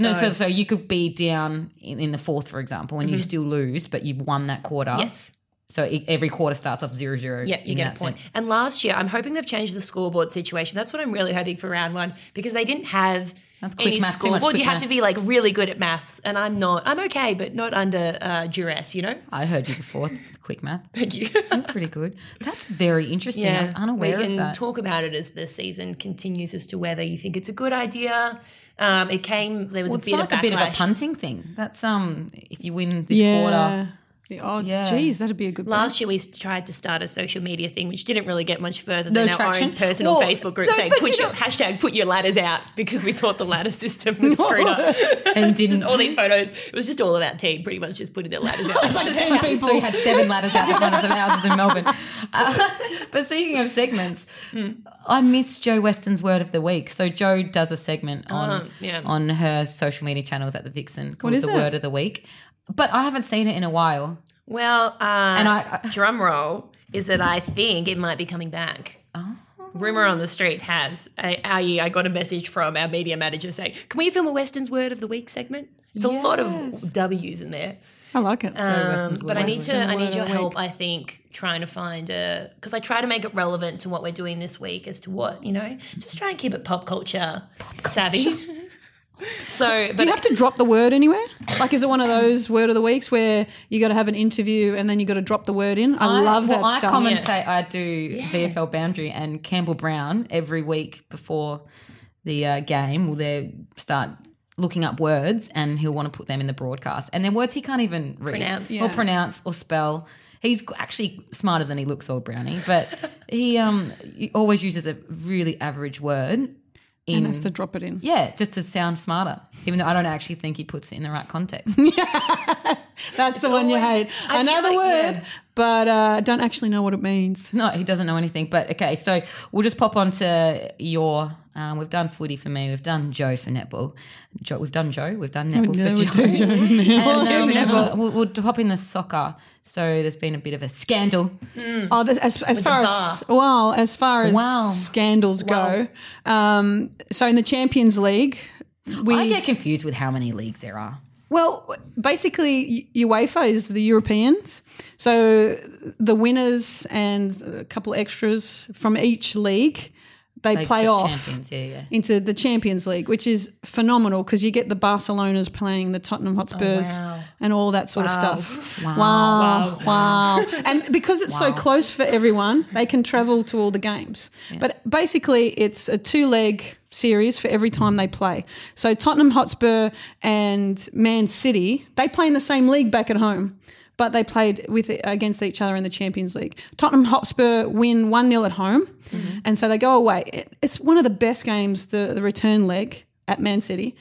[SPEAKER 1] No, so so you could be down in, in the fourth, for example, and you still lose, but you've won that quarter.
[SPEAKER 2] Mm-hmm. yes,
[SPEAKER 1] So e every quarter starts off zero zero.
[SPEAKER 2] yeah, you
[SPEAKER 1] in
[SPEAKER 2] get
[SPEAKER 1] that
[SPEAKER 2] a point.
[SPEAKER 1] sense.
[SPEAKER 2] And last year, I'm hoping they've changed the scoreboard situation. That's what I'm really hoping for round one because they didn't have.
[SPEAKER 1] That's quick
[SPEAKER 2] Any
[SPEAKER 1] math, too much
[SPEAKER 2] scoreboard, you
[SPEAKER 1] quick
[SPEAKER 2] have
[SPEAKER 1] math.
[SPEAKER 2] to be like really good at maths, and I'm not. I'm okay, but not under uh, duress, you know. *laughs*
[SPEAKER 1] I heard you before. quick math.
[SPEAKER 2] Thank you.
[SPEAKER 1] You're pretty good. That's very interesting. I was unaware
[SPEAKER 2] *laughs* we can
[SPEAKER 1] of that.
[SPEAKER 2] talk about it as the season continues as to whether you think it's a good idea. Um, it came. There was
[SPEAKER 1] well,
[SPEAKER 2] a
[SPEAKER 1] it's
[SPEAKER 2] bit
[SPEAKER 1] like
[SPEAKER 2] of
[SPEAKER 1] a bit of a
[SPEAKER 2] backlash.
[SPEAKER 1] punting thing. That's um, if you win this quarter,
[SPEAKER 3] The odds.
[SPEAKER 1] Yeah.
[SPEAKER 3] Geez, that'd be a good
[SPEAKER 2] Last year we s- tried to start a social media thing, which didn't really get much further
[SPEAKER 1] No
[SPEAKER 2] than our
[SPEAKER 1] traction.
[SPEAKER 2] own personal
[SPEAKER 1] Well,
[SPEAKER 2] Facebook group
[SPEAKER 1] no,
[SPEAKER 2] saying
[SPEAKER 1] but
[SPEAKER 2] put
[SPEAKER 1] you
[SPEAKER 2] your,
[SPEAKER 1] know-
[SPEAKER 2] hashtag put your ladders out because we thought the ladder system
[SPEAKER 1] *laughs*
[SPEAKER 2] was screwed up. *laughs*
[SPEAKER 1] and didn't. *laughs*
[SPEAKER 2] Just all these photos. It was just all about team pretty much just putting their ladders out.
[SPEAKER 1] It's like 10 people. So you had seven ladders out of one
[SPEAKER 2] *laughs*
[SPEAKER 1] of the houses in Melbourne. Uh, *laughs* but speaking of segments,
[SPEAKER 2] Hmm.
[SPEAKER 1] I miss Joe Weston's word of the week. So Joe does a segment on
[SPEAKER 2] Oh, yeah.
[SPEAKER 1] on her social media channels at the Vixen called
[SPEAKER 3] is
[SPEAKER 1] the
[SPEAKER 3] it?
[SPEAKER 1] word of the week. But I haven't seen it in a while.
[SPEAKER 2] well, uh, and
[SPEAKER 1] I-
[SPEAKER 2] drum roll is that I think it might be coming back.
[SPEAKER 1] Oh.
[SPEAKER 2] Rumor on the street has. I, I, I got a message from our media manager saying, "Can we film a Weston's Word of the Week segment?" It's a lot of W's in there,
[SPEAKER 3] I like it.
[SPEAKER 2] um, but I need to.
[SPEAKER 3] Weston's
[SPEAKER 2] I
[SPEAKER 3] Word
[SPEAKER 2] need
[SPEAKER 3] of
[SPEAKER 2] your
[SPEAKER 3] the
[SPEAKER 2] help. I think trying to find a because I try to make it relevant to what we're doing this week as to what you know. Just try and keep it pop culture
[SPEAKER 3] *laughs*
[SPEAKER 2] savvy. so, but
[SPEAKER 3] Do you have to drop the word anywhere? Like, is it one of those word of the weeks where you got to have an interview and then you got to drop the word in? I, love
[SPEAKER 1] well,
[SPEAKER 3] that
[SPEAKER 1] I
[SPEAKER 3] stuff.
[SPEAKER 1] commentate. I do VFL Boundary and Campbell Brown every week before the uh, game. Will they start looking up words and he'll want to put them in the broadcast. And they're words he can't even read
[SPEAKER 2] Pronounce.
[SPEAKER 1] or pronounce or spell. He's actually smarter than he looks, old Brownie,
[SPEAKER 3] *laughs*
[SPEAKER 1] but he um he always uses a really average word.
[SPEAKER 3] and has to drop it in.
[SPEAKER 1] Yeah, just to sound smarter, even though I don't actually think he puts it in the right context.
[SPEAKER 3] That's the one you hate.
[SPEAKER 2] feel
[SPEAKER 3] I, know the
[SPEAKER 2] like-
[SPEAKER 3] word, but uh, I don't actually know what it means.
[SPEAKER 1] No, he doesn't know anything. But okay, so we'll just pop on to your. Um, we've done footy for me. We've done Joe for netball. Joe, we've done Joe. We've done netball *laughs*
[SPEAKER 3] No,
[SPEAKER 1] for Joe.
[SPEAKER 3] do *laughs* Joe
[SPEAKER 1] And,
[SPEAKER 3] now.
[SPEAKER 1] um, we'll, we'll pop in the soccer. So there's been a bit of a scandal.
[SPEAKER 3] Oh, this, as, as far as well, as far as
[SPEAKER 1] Wow.
[SPEAKER 3] scandals go, um, so in the Champions League, we
[SPEAKER 1] I get confused with how many leagues there are.
[SPEAKER 3] Well, basically, U- UEFA is the Europeans. So the winners and a couple extras from each league, they
[SPEAKER 1] Like
[SPEAKER 3] play
[SPEAKER 1] ch-
[SPEAKER 3] off
[SPEAKER 1] champions. Yeah, yeah.
[SPEAKER 3] into the Champions League, which is phenomenal because you get the Barcelonas playing the Tottenham Hotspurs and all that sort of stuff. Oh, Wow. *laughs* Wow. and because it's so close for everyone, they can travel to all the games. But basically, it's a two leg series for every time they play. So Tottenham Hotspur and Man City, they play in the same league back at home. But they played with against each other in the Champions League. Tottenham Hotspur win 1 0 at home. And so they go away. It- It's one of the best games, the, the return leg at Man City.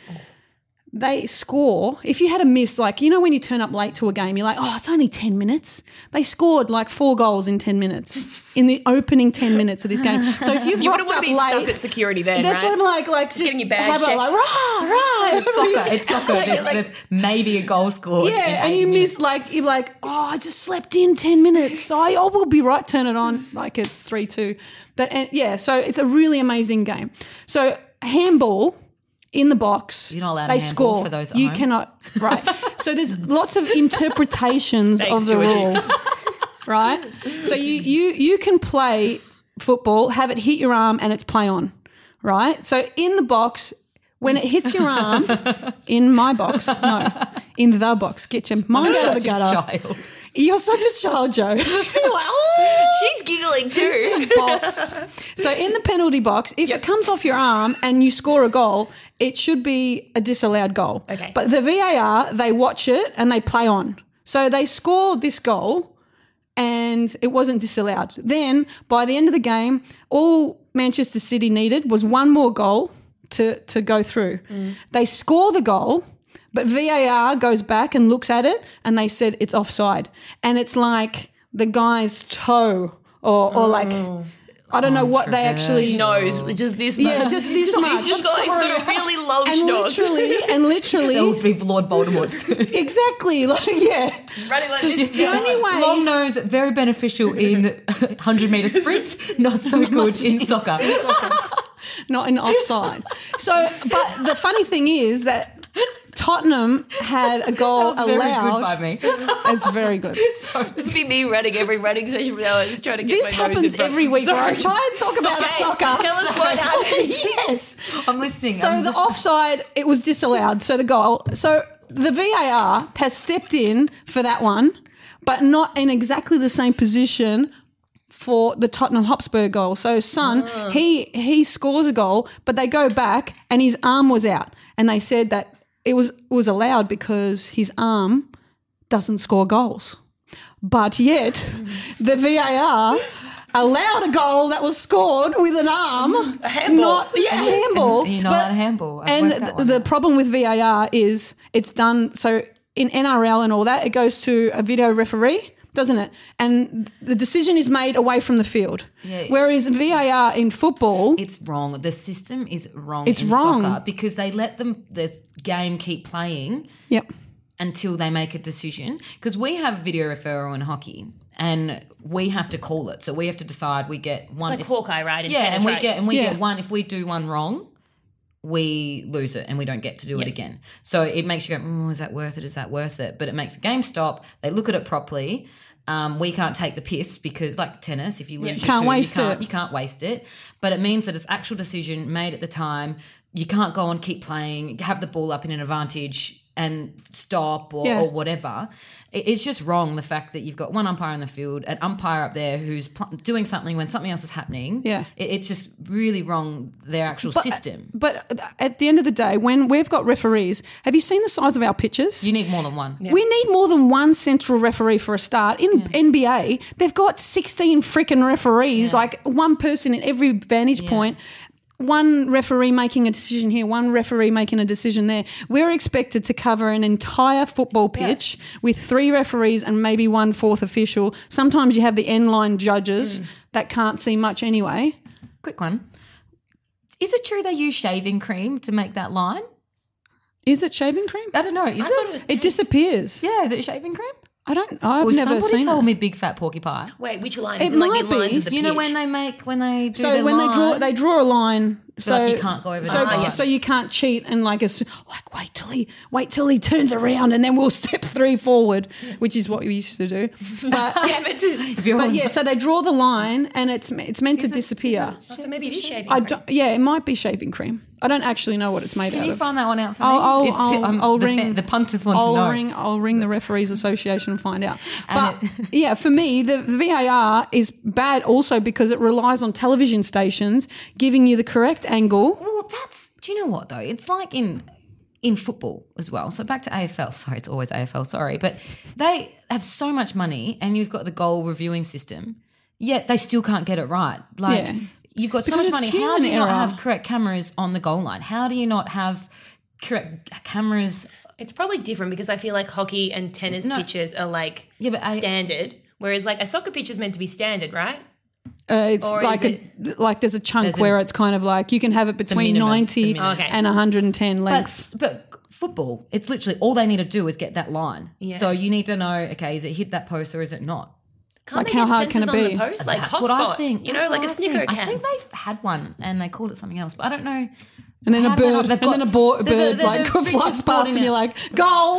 [SPEAKER 3] They score. If you had a miss, like, you know, when you turn up late to a game, you're like, oh, it's only 10 minutes. They scored like four goals in 10 minutes in the opening 10 minutes of this game. So if you've
[SPEAKER 2] you
[SPEAKER 3] rocked
[SPEAKER 2] wouldn't want
[SPEAKER 3] up
[SPEAKER 2] to be stuck at
[SPEAKER 3] late,
[SPEAKER 2] security then,
[SPEAKER 3] that's
[SPEAKER 2] right?
[SPEAKER 3] what I'm like. Like, just,
[SPEAKER 2] getting your bag
[SPEAKER 3] how about
[SPEAKER 2] checked.
[SPEAKER 3] like, rah, rah.
[SPEAKER 1] It's *laughs*
[SPEAKER 3] *laughs*
[SPEAKER 1] soccer. *laughs* It's soccer. There's, there's maybe a goal scored. in
[SPEAKER 3] Yeah, and
[SPEAKER 1] 80
[SPEAKER 3] you
[SPEAKER 1] minutes.
[SPEAKER 3] miss like you're like, oh, I just slept in ten minutes. So I oh, will be right. Turn it on, like it's three two. But and, yeah, so it's a really amazing game. So handball in the box.
[SPEAKER 1] You're not allowed
[SPEAKER 3] They
[SPEAKER 1] to handball
[SPEAKER 3] score
[SPEAKER 1] for those at
[SPEAKER 3] You
[SPEAKER 1] home.
[SPEAKER 3] cannot. Right.
[SPEAKER 1] *laughs*
[SPEAKER 3] so there's lots of interpretations
[SPEAKER 2] Thanks,
[SPEAKER 3] of the
[SPEAKER 2] Georgie.
[SPEAKER 3] rule. Right. So you you you can play football, have it hit your arm, and it's play on. Right. So in the box. When it hits your arm in my box, no, in the box, get your mind out of the gutter.
[SPEAKER 1] Child.
[SPEAKER 3] You're such a child, Joe. You're like,
[SPEAKER 2] *laughs*
[SPEAKER 3] oh,
[SPEAKER 2] She's giggling too.
[SPEAKER 3] it's in box. So in the penalty box, if it comes off your arm and you score a goal, it should be a disallowed goal.
[SPEAKER 2] Okay.
[SPEAKER 3] But the VAR, they watch it and they play on. So they scored this goal and it wasn't disallowed. Then by the end of the game, all Manchester City needed was one more goal to, to go through. They score the goal. But VAR goes back and looks at it and they said it's offside. And it's like the guy's toe or, or like, I don't know what they actually.
[SPEAKER 2] Nose, just this
[SPEAKER 3] Oh. Yeah,
[SPEAKER 2] much.
[SPEAKER 3] just this
[SPEAKER 2] *laughs*
[SPEAKER 3] much.
[SPEAKER 2] She's got a really long
[SPEAKER 3] And
[SPEAKER 2] nose. *laughs*
[SPEAKER 3] literally, and
[SPEAKER 1] That would *laughs* be
[SPEAKER 3] literally,
[SPEAKER 1] Lord *laughs* Voldemort's
[SPEAKER 3] exactly, *laughs* like, yeah.
[SPEAKER 2] Running like
[SPEAKER 3] *laughs*
[SPEAKER 2] this. *laughs*
[SPEAKER 3] The only way.
[SPEAKER 1] long nose. Very beneficial *laughs* in hundred meter sprint. Not so good in soccer.
[SPEAKER 3] not in offside. So, but the funny thing is that Tottenham had a goal
[SPEAKER 1] That's very good by
[SPEAKER 3] allowed.
[SPEAKER 1] me.
[SPEAKER 3] It's very good.
[SPEAKER 2] This would be me running every running session from now on, just trying to get
[SPEAKER 3] This
[SPEAKER 2] my nose in
[SPEAKER 3] happens
[SPEAKER 2] front.
[SPEAKER 3] every week. where I
[SPEAKER 2] Sorry.
[SPEAKER 3] try and talk about
[SPEAKER 2] Okay, *laughs*
[SPEAKER 3] soccer.
[SPEAKER 2] Tell us
[SPEAKER 3] *laughs*
[SPEAKER 2] what happened.
[SPEAKER 3] yes.
[SPEAKER 1] I'm listening.
[SPEAKER 3] So
[SPEAKER 1] I'm-
[SPEAKER 3] the offside, it was disallowed. So the goal. So the VAR has stepped in for that one, but not in exactly the same position for the Tottenham Hotspur goal. So Son, he he scores a goal, but they go back and his arm was out, and they said that it was was allowed because his arm doesn't score goals. But yet, the VAR allowed a goal that was scored with an arm,
[SPEAKER 2] handball.
[SPEAKER 3] not yeah, a handball.
[SPEAKER 1] you know
[SPEAKER 3] Oh, but-
[SPEAKER 1] that handball. I've
[SPEAKER 3] and
[SPEAKER 1] worked that
[SPEAKER 3] th-
[SPEAKER 1] one
[SPEAKER 3] the
[SPEAKER 1] out.
[SPEAKER 3] problem with VAR is it's done so in NRL and all that, it goes to a video referee, doesn't it? And the decision is made away from the field.
[SPEAKER 1] Yeah.
[SPEAKER 3] Whereas VAR in football,
[SPEAKER 1] It's wrong. The system is wrong.
[SPEAKER 3] It's
[SPEAKER 1] in
[SPEAKER 3] wrong.
[SPEAKER 1] soccer because they let them the game keep playing
[SPEAKER 3] yep.
[SPEAKER 1] until they make a decision. Because we have video referral in hockey, and we have to call it. So we have to decide. We get one.
[SPEAKER 2] Like
[SPEAKER 1] if-
[SPEAKER 2] Hawkeye, right? in
[SPEAKER 1] yeah,
[SPEAKER 2] tennis,
[SPEAKER 1] and we
[SPEAKER 2] right?
[SPEAKER 1] get and we
[SPEAKER 3] Yeah.
[SPEAKER 1] get one. If we do one wrong, we lose it and we don't get to do
[SPEAKER 2] Yeah.
[SPEAKER 1] it again. So it makes you go, oh, is that worth it? Is that worth it? But it makes the game stop. They look at it properly. Um, we can't take the piss because, like tennis, if you lose, your
[SPEAKER 3] Can't
[SPEAKER 1] two,
[SPEAKER 3] waste
[SPEAKER 1] you can't,
[SPEAKER 3] it.
[SPEAKER 1] You can't waste it. But it means that it's actual decision made at the time. You can't go on, keep playing, have the ball up in an advantage, and stop or,
[SPEAKER 3] Yeah.
[SPEAKER 1] or whatever. It- It's just wrong the fact that you've got one umpire in the field, an umpire up there who's pl- doing something when something else is happening.
[SPEAKER 3] Yeah.
[SPEAKER 1] It- it's just really wrong their actual system.
[SPEAKER 3] But uh, at the end of the day, when we've got referees, have you seen the size of our pitches?
[SPEAKER 1] You need more than one.
[SPEAKER 3] We need more than one central referee for a start. In NBA, they've got 16 freaking referees, like one person in every vantage point. One referee making a decision here, one referee making a decision there. We're expected to cover an entire football pitch with three referees and maybe one fourth official. Sometimes you have the end line judges
[SPEAKER 1] Mm.
[SPEAKER 3] that can't see much anyway.
[SPEAKER 1] Quick one. Is it true they use shaving cream to make that line?
[SPEAKER 3] Is it shaving cream?
[SPEAKER 1] Uh, I don't know. Is it?
[SPEAKER 2] it was-
[SPEAKER 3] It disappears.
[SPEAKER 1] Yeah, is it shaving cream?
[SPEAKER 3] I don't. I've
[SPEAKER 1] Well,
[SPEAKER 3] never
[SPEAKER 1] somebody
[SPEAKER 3] seen.
[SPEAKER 1] told
[SPEAKER 3] it.
[SPEAKER 1] me big fat porcupine.
[SPEAKER 2] Wait, which line?
[SPEAKER 3] It
[SPEAKER 2] Is it like
[SPEAKER 3] might
[SPEAKER 2] the lines
[SPEAKER 3] be.
[SPEAKER 2] of the
[SPEAKER 1] You know when
[SPEAKER 2] pitch?
[SPEAKER 1] they make when they do
[SPEAKER 3] So
[SPEAKER 1] their
[SPEAKER 3] when they draw,
[SPEAKER 1] line?
[SPEAKER 3] they draw a line. So
[SPEAKER 1] like, you can't go over
[SPEAKER 3] So,
[SPEAKER 1] the line.
[SPEAKER 3] so you can't cheat and like as like wait till he wait till he turns around and then we'll *laughs* step three forward, which is what we used to do.
[SPEAKER 2] *laughs*
[SPEAKER 3] But,
[SPEAKER 2] Damn
[SPEAKER 1] *laughs*
[SPEAKER 2] it.
[SPEAKER 3] but yeah, so they draw the line and it's it's meant to disappear.
[SPEAKER 2] Oh, so maybe it is shaving.
[SPEAKER 3] I
[SPEAKER 2] cream.
[SPEAKER 3] don't, yeah, it might be shaving cream. I don't actually know what it's made
[SPEAKER 1] Can
[SPEAKER 3] out
[SPEAKER 1] you
[SPEAKER 3] of.
[SPEAKER 1] find that one out for
[SPEAKER 3] I'll,
[SPEAKER 1] me?
[SPEAKER 3] I'll,
[SPEAKER 1] It's-
[SPEAKER 3] I'll,
[SPEAKER 1] I'm-
[SPEAKER 3] I'll
[SPEAKER 1] the, fa-
[SPEAKER 3] ring
[SPEAKER 1] the punters want
[SPEAKER 3] I'll
[SPEAKER 1] to know.
[SPEAKER 3] Ring, I'll ring the referees association and find out.
[SPEAKER 1] And
[SPEAKER 3] But
[SPEAKER 1] *laughs*
[SPEAKER 3] yeah, for me, the VAR is bad also because it relies on television stations giving you the correct angle.
[SPEAKER 1] Well, that's. Do you know what though? It's like in in football as well. So back to AFL. *laughs* Sorry, it's always AFL. Sorry, but they have so much money, and you've got the goal reviewing system. Yet they still can't get it right. Like
[SPEAKER 3] Yeah.
[SPEAKER 1] you've got
[SPEAKER 3] Because
[SPEAKER 1] so
[SPEAKER 3] it's
[SPEAKER 1] much money. How do
[SPEAKER 3] human
[SPEAKER 1] you not
[SPEAKER 3] error.
[SPEAKER 1] have correct cameras on the goal line? How do you not have correct cameras?
[SPEAKER 2] It's probably different because I feel like hockey and tennis pitches are like
[SPEAKER 1] Yeah, but I-
[SPEAKER 2] standard, whereas like a soccer pitch is meant to be standard, right?
[SPEAKER 3] Uh, it's
[SPEAKER 2] Or
[SPEAKER 3] like
[SPEAKER 2] is
[SPEAKER 3] a, like there's a chunk
[SPEAKER 1] There's a-
[SPEAKER 3] where it's kind of like you can have it between
[SPEAKER 1] minimum, it's a
[SPEAKER 3] ninety
[SPEAKER 1] minimum.
[SPEAKER 2] Okay.
[SPEAKER 3] and one hundred and ten length.
[SPEAKER 1] But, but football, it's literally all they need to do is get that line.
[SPEAKER 2] Yeah.
[SPEAKER 1] So you need to know, okay, is it hit that post or is it not?
[SPEAKER 2] Can't
[SPEAKER 3] Like,
[SPEAKER 2] they
[SPEAKER 3] how
[SPEAKER 2] get
[SPEAKER 3] hard
[SPEAKER 2] sensors
[SPEAKER 3] can it
[SPEAKER 2] on
[SPEAKER 3] be?
[SPEAKER 2] the post? Like
[SPEAKER 1] That's
[SPEAKER 2] hotspot,
[SPEAKER 1] what I think.
[SPEAKER 2] you know,
[SPEAKER 1] That's
[SPEAKER 2] like a
[SPEAKER 1] what I
[SPEAKER 2] snicker
[SPEAKER 1] think. I
[SPEAKER 2] can.
[SPEAKER 1] think they've had one and they called it something else, but I don't know.
[SPEAKER 3] and then a
[SPEAKER 1] how do they not-
[SPEAKER 3] bird,
[SPEAKER 1] they've
[SPEAKER 3] and
[SPEAKER 1] got-
[SPEAKER 3] then a, bo- a
[SPEAKER 1] there's
[SPEAKER 3] bird
[SPEAKER 1] there's
[SPEAKER 3] like *laughs*
[SPEAKER 1] richest
[SPEAKER 3] flies
[SPEAKER 1] sport
[SPEAKER 3] past,
[SPEAKER 1] in
[SPEAKER 3] and
[SPEAKER 1] it.
[SPEAKER 3] you're
[SPEAKER 1] *laughs*
[SPEAKER 3] like, goal.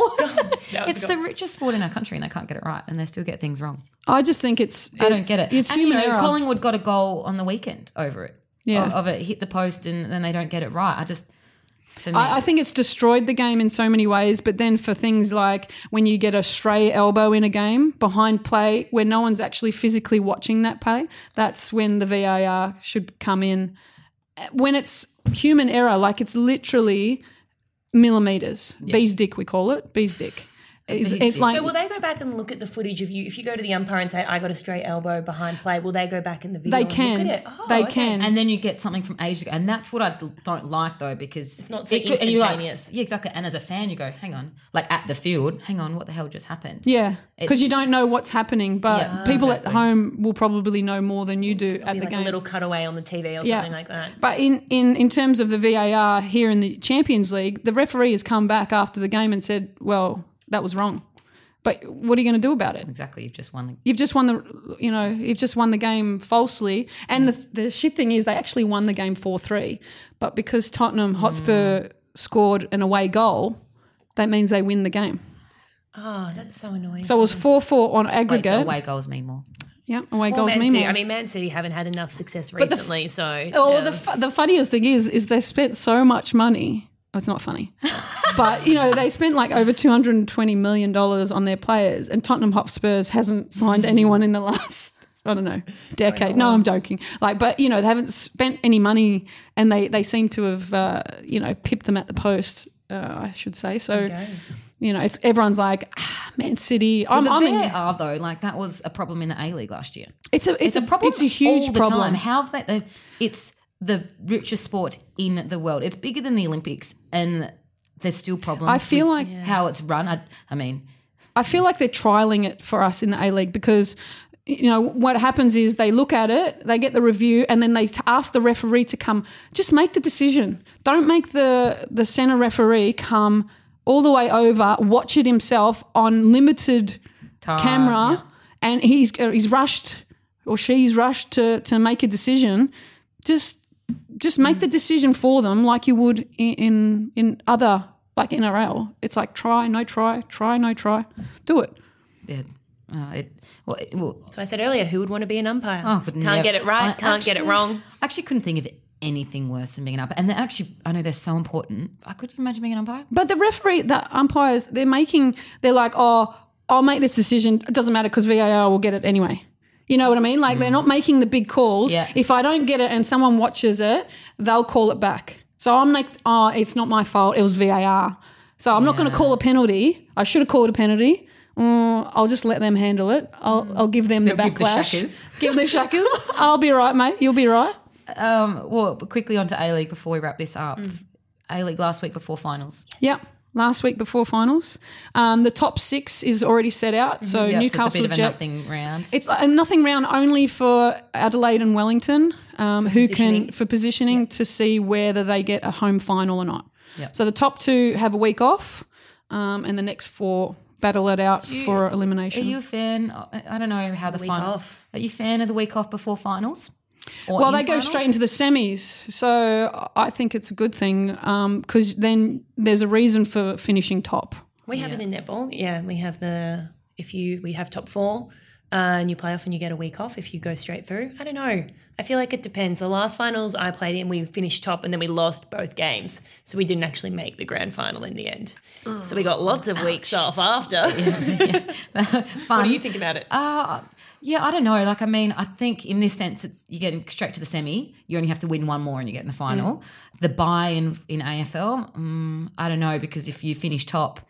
[SPEAKER 2] No,
[SPEAKER 1] It's the richest sport in our country, and they can't get it right, and they still get things wrong.
[SPEAKER 3] I just think it's,
[SPEAKER 1] I don't
[SPEAKER 3] it's-
[SPEAKER 1] get it.
[SPEAKER 3] It's
[SPEAKER 1] And, you
[SPEAKER 3] human
[SPEAKER 1] know,
[SPEAKER 3] error.
[SPEAKER 1] Collingwood got a goal on the weekend over it.
[SPEAKER 3] Yeah.
[SPEAKER 1] of, of it hit the post, and then they don't get it right. I just for me.
[SPEAKER 3] I, I think it's destroyed the game in so many ways. But then for things like when you get a stray elbow in a game behind play where no one's actually physically watching that play, that's when the VAR should come in. When it's human error, like it's literally millimeters, bee's dick, we call it bee's dick.
[SPEAKER 1] Bee's
[SPEAKER 3] It's, it's
[SPEAKER 1] dick.
[SPEAKER 3] like
[SPEAKER 2] So will they go back and look at the footage of you? If you go to the umpire and say, "I got a straight elbow behind play," will they go back in the video?
[SPEAKER 3] they
[SPEAKER 2] and
[SPEAKER 3] can,
[SPEAKER 2] Look at it? Oh,
[SPEAKER 3] they
[SPEAKER 2] okay.
[SPEAKER 3] can,
[SPEAKER 1] and then you get something from Asia, and that's what I don't like though because it's
[SPEAKER 2] not so
[SPEAKER 1] and you're like,
[SPEAKER 2] instantaneous.
[SPEAKER 1] yeah, exactly. And as a fan, you go, hang on, like at the field, hang on, what the hell just happened?
[SPEAKER 3] yeah, because you don't know what's happening. But
[SPEAKER 1] Yeah,
[SPEAKER 3] people at home will probably know more than you do at the
[SPEAKER 2] Like
[SPEAKER 3] game.
[SPEAKER 2] a little cutaway on the TV or something like that.
[SPEAKER 3] But in, in, in terms of the VAR here in the Champions League, the referee has come back after the game and said, well, that was wrong. But what are you going to do about it?
[SPEAKER 1] Exactly, you've just won. The-
[SPEAKER 3] You've just won the, you know, you've just won the game falsely. And the, the shit thing is, they actually won the game four three, but because Tottenham Hotspur
[SPEAKER 2] Mm.
[SPEAKER 3] scored an away goal, that means they win the game.
[SPEAKER 2] Oh,
[SPEAKER 1] Ah,
[SPEAKER 2] that's so annoying.
[SPEAKER 3] So it was four four on
[SPEAKER 1] Wait, till
[SPEAKER 3] aggregate.
[SPEAKER 1] away goals mean more.
[SPEAKER 3] Yeah, away
[SPEAKER 2] Well,
[SPEAKER 3] goals
[SPEAKER 2] Man
[SPEAKER 3] mean
[SPEAKER 2] City,
[SPEAKER 3] more.
[SPEAKER 2] I mean, Man City haven't had enough success
[SPEAKER 3] the f-
[SPEAKER 2] recently, so
[SPEAKER 3] Oh,
[SPEAKER 2] yeah.
[SPEAKER 3] the fu- the funniest thing is, is they spent so much money. Oh, it's
[SPEAKER 1] *laughs*
[SPEAKER 3] not funny, but you know they spent like over two hundred and twenty million dollars on their players, and Tottenham Hotspurs hasn't signed anyone in the last I don't know decade. No, I'm joking. Like, but you know they haven't spent any money, and they they seem to have uh, you know pipped them at the post. Uh, I should say so. You know, it's everyone's like ah, Man City. I'm,
[SPEAKER 1] The
[SPEAKER 3] I'm in-
[SPEAKER 1] VAR though, like that was a problem in the A League last year.
[SPEAKER 3] it's a
[SPEAKER 1] It's
[SPEAKER 3] it's,
[SPEAKER 1] a problem.
[SPEAKER 3] It's a huge
[SPEAKER 1] all the
[SPEAKER 3] problem.
[SPEAKER 1] Time. How have they, they? It's the richest sport in the world. It's bigger than the Olympics, and there's still problems.
[SPEAKER 3] I feel
[SPEAKER 1] with
[SPEAKER 3] like
[SPEAKER 1] how it's run. I, I mean,
[SPEAKER 3] I feel like they're trialing it for us in the A League because you know what happens is they look at it, they get the review, and then they t- ask the referee to come. Just make the decision. Don't make the the center referee come all the way over, watch it himself on limited
[SPEAKER 1] Time,
[SPEAKER 3] camera, and he's uh, he's rushed or she's rushed to to make a decision. Just just make the decision for them like you would in in, in other like NRL. It's like try, no try, try, no try. Do it.
[SPEAKER 1] yeah, uh, it, well, it, well,
[SPEAKER 2] So I said earlier, who would want to be an umpire?
[SPEAKER 1] I could
[SPEAKER 2] can't
[SPEAKER 1] never-
[SPEAKER 2] get it right,
[SPEAKER 1] Oh, I
[SPEAKER 2] can't get it
[SPEAKER 1] actually-
[SPEAKER 2] wrong.
[SPEAKER 1] I actually couldn't think of anything worse than being an umpire. And they're actually, I know they're so important. I could you imagine being an umpire.
[SPEAKER 3] But the referee, the umpires, they're making, they're like, oh, I'll make this decision. It doesn't matter because VAR will get it anyway. You know what I mean? Like they're not making the big calls.
[SPEAKER 1] Yeah.
[SPEAKER 3] If I don't get it and someone watches it, they'll call it back. So I'm like, oh, it's not my fault. It was VAR. So I'm not going to call a penalty. I should have called a penalty. Mm, I'll just let them handle it. I'll, I'll give them the
[SPEAKER 1] They'll give the
[SPEAKER 3] backlash.
[SPEAKER 1] shackers.
[SPEAKER 3] Give
[SPEAKER 1] *laughs*
[SPEAKER 3] the shackers. I'll be right, mate. You'll be right.
[SPEAKER 1] Um, well, but quickly on to A League before we wrap this up.
[SPEAKER 3] Mm.
[SPEAKER 1] A League last week before finals.
[SPEAKER 3] Yep. Last week before finals, um, the top six is already set out. So
[SPEAKER 1] Mm-hmm. Yeah, so
[SPEAKER 3] Newcastle,
[SPEAKER 1] it's a bit of a
[SPEAKER 3] Jet-
[SPEAKER 1] nothing round.
[SPEAKER 3] It's a nothing round only for Adelaide and Wellington, um, who can
[SPEAKER 2] positioning.
[SPEAKER 3] for positioning to see whether they get a home final or not.
[SPEAKER 1] Yep.
[SPEAKER 3] So the top two have a week off, um, and the next four battle it out for
[SPEAKER 1] Are
[SPEAKER 3] elimination.
[SPEAKER 1] you a fan? uh, I I don't know how the,
[SPEAKER 2] week
[SPEAKER 1] finals.
[SPEAKER 2] off.
[SPEAKER 1] Are you a fan of the week off before finals? Or
[SPEAKER 3] well,
[SPEAKER 1] in
[SPEAKER 3] they go
[SPEAKER 1] finals?
[SPEAKER 3] straight into the semis, so I think it's a good thing because then there's a reason for finishing top.
[SPEAKER 2] We have it in netball. Yeah, we have the if you we have top four. Uh, and you play off and you get a week off if you go straight through. I don't know. I feel like it depends. The last finals I played in, we finished top and then we lost both games. So we didn't actually make the grand final in the end. so we got lots of weeks off after.
[SPEAKER 1] Fun.
[SPEAKER 2] *laughs* what do you think about it?
[SPEAKER 1] Um, Uh, yeah, I don't know. Like, I mean, I think in this sense, it's you're getting straight to the semi. You only have to win one more, and you get
[SPEAKER 3] Hmm.
[SPEAKER 1] in the final. The buy in in AFL, mm, I don't know because if you finish top,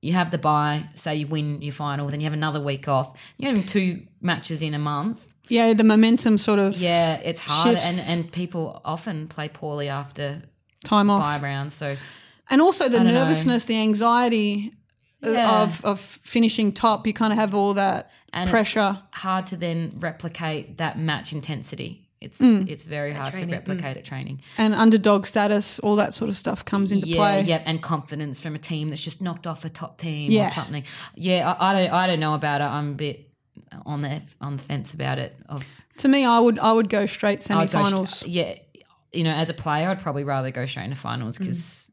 [SPEAKER 1] you have the buy. Say you win your final, then you have another week off. You're having two matches in a month.
[SPEAKER 3] Yeah, the momentum sort of
[SPEAKER 1] Yeah, it's hard, and
[SPEAKER 3] Shifts.
[SPEAKER 1] and people often play poorly after
[SPEAKER 3] time off.
[SPEAKER 1] buy rounds. So
[SPEAKER 3] And also the
[SPEAKER 1] don't know.
[SPEAKER 3] nervousness, the anxiety uh,
[SPEAKER 1] Yeah.
[SPEAKER 3] of, of finishing top. You kind of have all that
[SPEAKER 1] And it's-
[SPEAKER 3] pressure.
[SPEAKER 1] hard to then replicate that match intensity. It's it's very hard to
[SPEAKER 2] training, mm.
[SPEAKER 1] replicate at training.
[SPEAKER 3] and underdog status, all that sort of stuff comes into
[SPEAKER 1] yeah,
[SPEAKER 3] play.
[SPEAKER 1] Yeah, and confidence from a team that's just knocked off a top team
[SPEAKER 3] Yeah.
[SPEAKER 1] or something. Yeah, I, I don't I don't know about it. I'm a bit on the on the fence about it. Of
[SPEAKER 3] To me, I would I would go straight
[SPEAKER 1] I'd go
[SPEAKER 3] semifinals.
[SPEAKER 1] st- yeah, you know, as a player, I'd probably rather go straight into finals
[SPEAKER 2] Mm.
[SPEAKER 1] because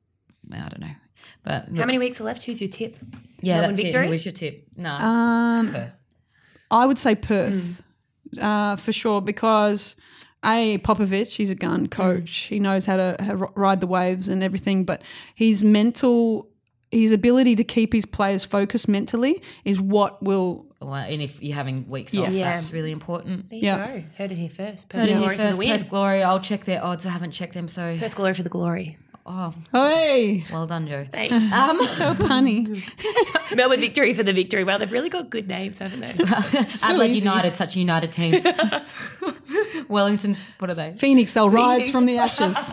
[SPEAKER 1] I don't know. But
[SPEAKER 2] How
[SPEAKER 1] look,
[SPEAKER 2] many weeks are left? Who's your tip?
[SPEAKER 1] yeah,
[SPEAKER 2] Melbourne
[SPEAKER 1] that's it.
[SPEAKER 2] victory?
[SPEAKER 1] Who was your tip? No,
[SPEAKER 2] Uh,
[SPEAKER 1] Perth. Hmm.
[SPEAKER 3] I would say Perth uh, for sure because A Popovich, he's a
[SPEAKER 1] Hmm.
[SPEAKER 3] gun coach. He knows how to how to ri- ride the waves and everything, but his mental, his ability to keep his players focused mentally is what will.
[SPEAKER 1] Well, and if you're having weeks off,
[SPEAKER 3] Yes.
[SPEAKER 2] Yeah.
[SPEAKER 1] that's really important.
[SPEAKER 2] There
[SPEAKER 3] Yeah.
[SPEAKER 2] you go. Heard it here first. Perth
[SPEAKER 1] Heard it here
[SPEAKER 2] Glory for the
[SPEAKER 1] first,
[SPEAKER 2] win.
[SPEAKER 1] Perth Glory. I'll check their odds. I haven't checked them, so
[SPEAKER 2] Perth Glory for the glory.
[SPEAKER 1] oh,
[SPEAKER 3] Hey,
[SPEAKER 1] well done, Joe.
[SPEAKER 2] Thanks.
[SPEAKER 1] Um, *laughs*
[SPEAKER 3] so punny.
[SPEAKER 2] *laughs* Melbourne victory for the victory. Well, they've really got good names, haven't they?
[SPEAKER 1] Adelaide
[SPEAKER 3] easy.
[SPEAKER 1] United, such a united team.
[SPEAKER 2] *laughs*
[SPEAKER 1] *laughs* Wellington, what are they?
[SPEAKER 3] Phoenix, they'll rise from the
[SPEAKER 1] *laughs*
[SPEAKER 3] ashes.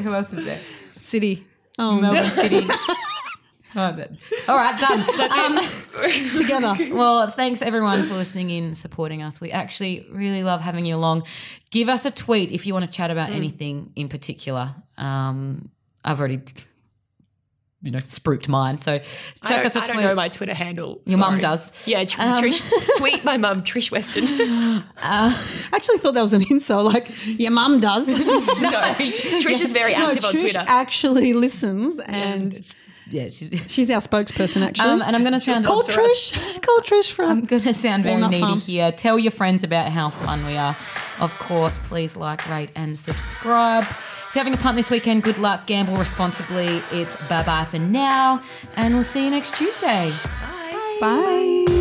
[SPEAKER 1] Who else is there?
[SPEAKER 3] City. Oh,
[SPEAKER 1] Melbourne City. Oh, but- All right,
[SPEAKER 2] *laughs*
[SPEAKER 1] done. Um, *laughs*
[SPEAKER 3] together.
[SPEAKER 1] well, thanks everyone for listening in, supporting us. We actually really love having you along. Give us a tweet if you want to chat
[SPEAKER 2] Mm.
[SPEAKER 1] about anything in particular. Um, I've already, you
[SPEAKER 2] *laughs*
[SPEAKER 1] know, spruiked mine. So
[SPEAKER 2] I
[SPEAKER 1] check
[SPEAKER 2] don't,
[SPEAKER 1] us a
[SPEAKER 2] I
[SPEAKER 1] tweet.
[SPEAKER 2] don't know my Twitter handle.
[SPEAKER 1] Your mum
[SPEAKER 2] Sorry.
[SPEAKER 1] does.
[SPEAKER 2] Yeah, tr-
[SPEAKER 1] Um,
[SPEAKER 2] Trish, *laughs* tweet my mum, Trish Weston.
[SPEAKER 3] I actually thought that was an insult. Like your
[SPEAKER 1] *laughs*
[SPEAKER 3] mum does.
[SPEAKER 2] no, Trish is very active
[SPEAKER 3] *laughs* no,
[SPEAKER 2] on
[SPEAKER 3] Trish
[SPEAKER 2] Twitter.
[SPEAKER 3] actually listens, and
[SPEAKER 1] Yeah, *laughs* she's-
[SPEAKER 3] she's our spokesperson. Actually,
[SPEAKER 1] um, and I'm going to sound
[SPEAKER 3] call Trish. Call Trish
[SPEAKER 1] I'm *laughs*
[SPEAKER 3] from.
[SPEAKER 1] going to sound very
[SPEAKER 3] Walnut
[SPEAKER 1] needy
[SPEAKER 3] Farm.
[SPEAKER 1] here. Tell your friends about how fun we are. Of course, please like, rate, and subscribe. If you're having a punt this weekend, good luck. Gamble responsibly. It's bye bye for now, and we'll see you next Tuesday.
[SPEAKER 3] Bye.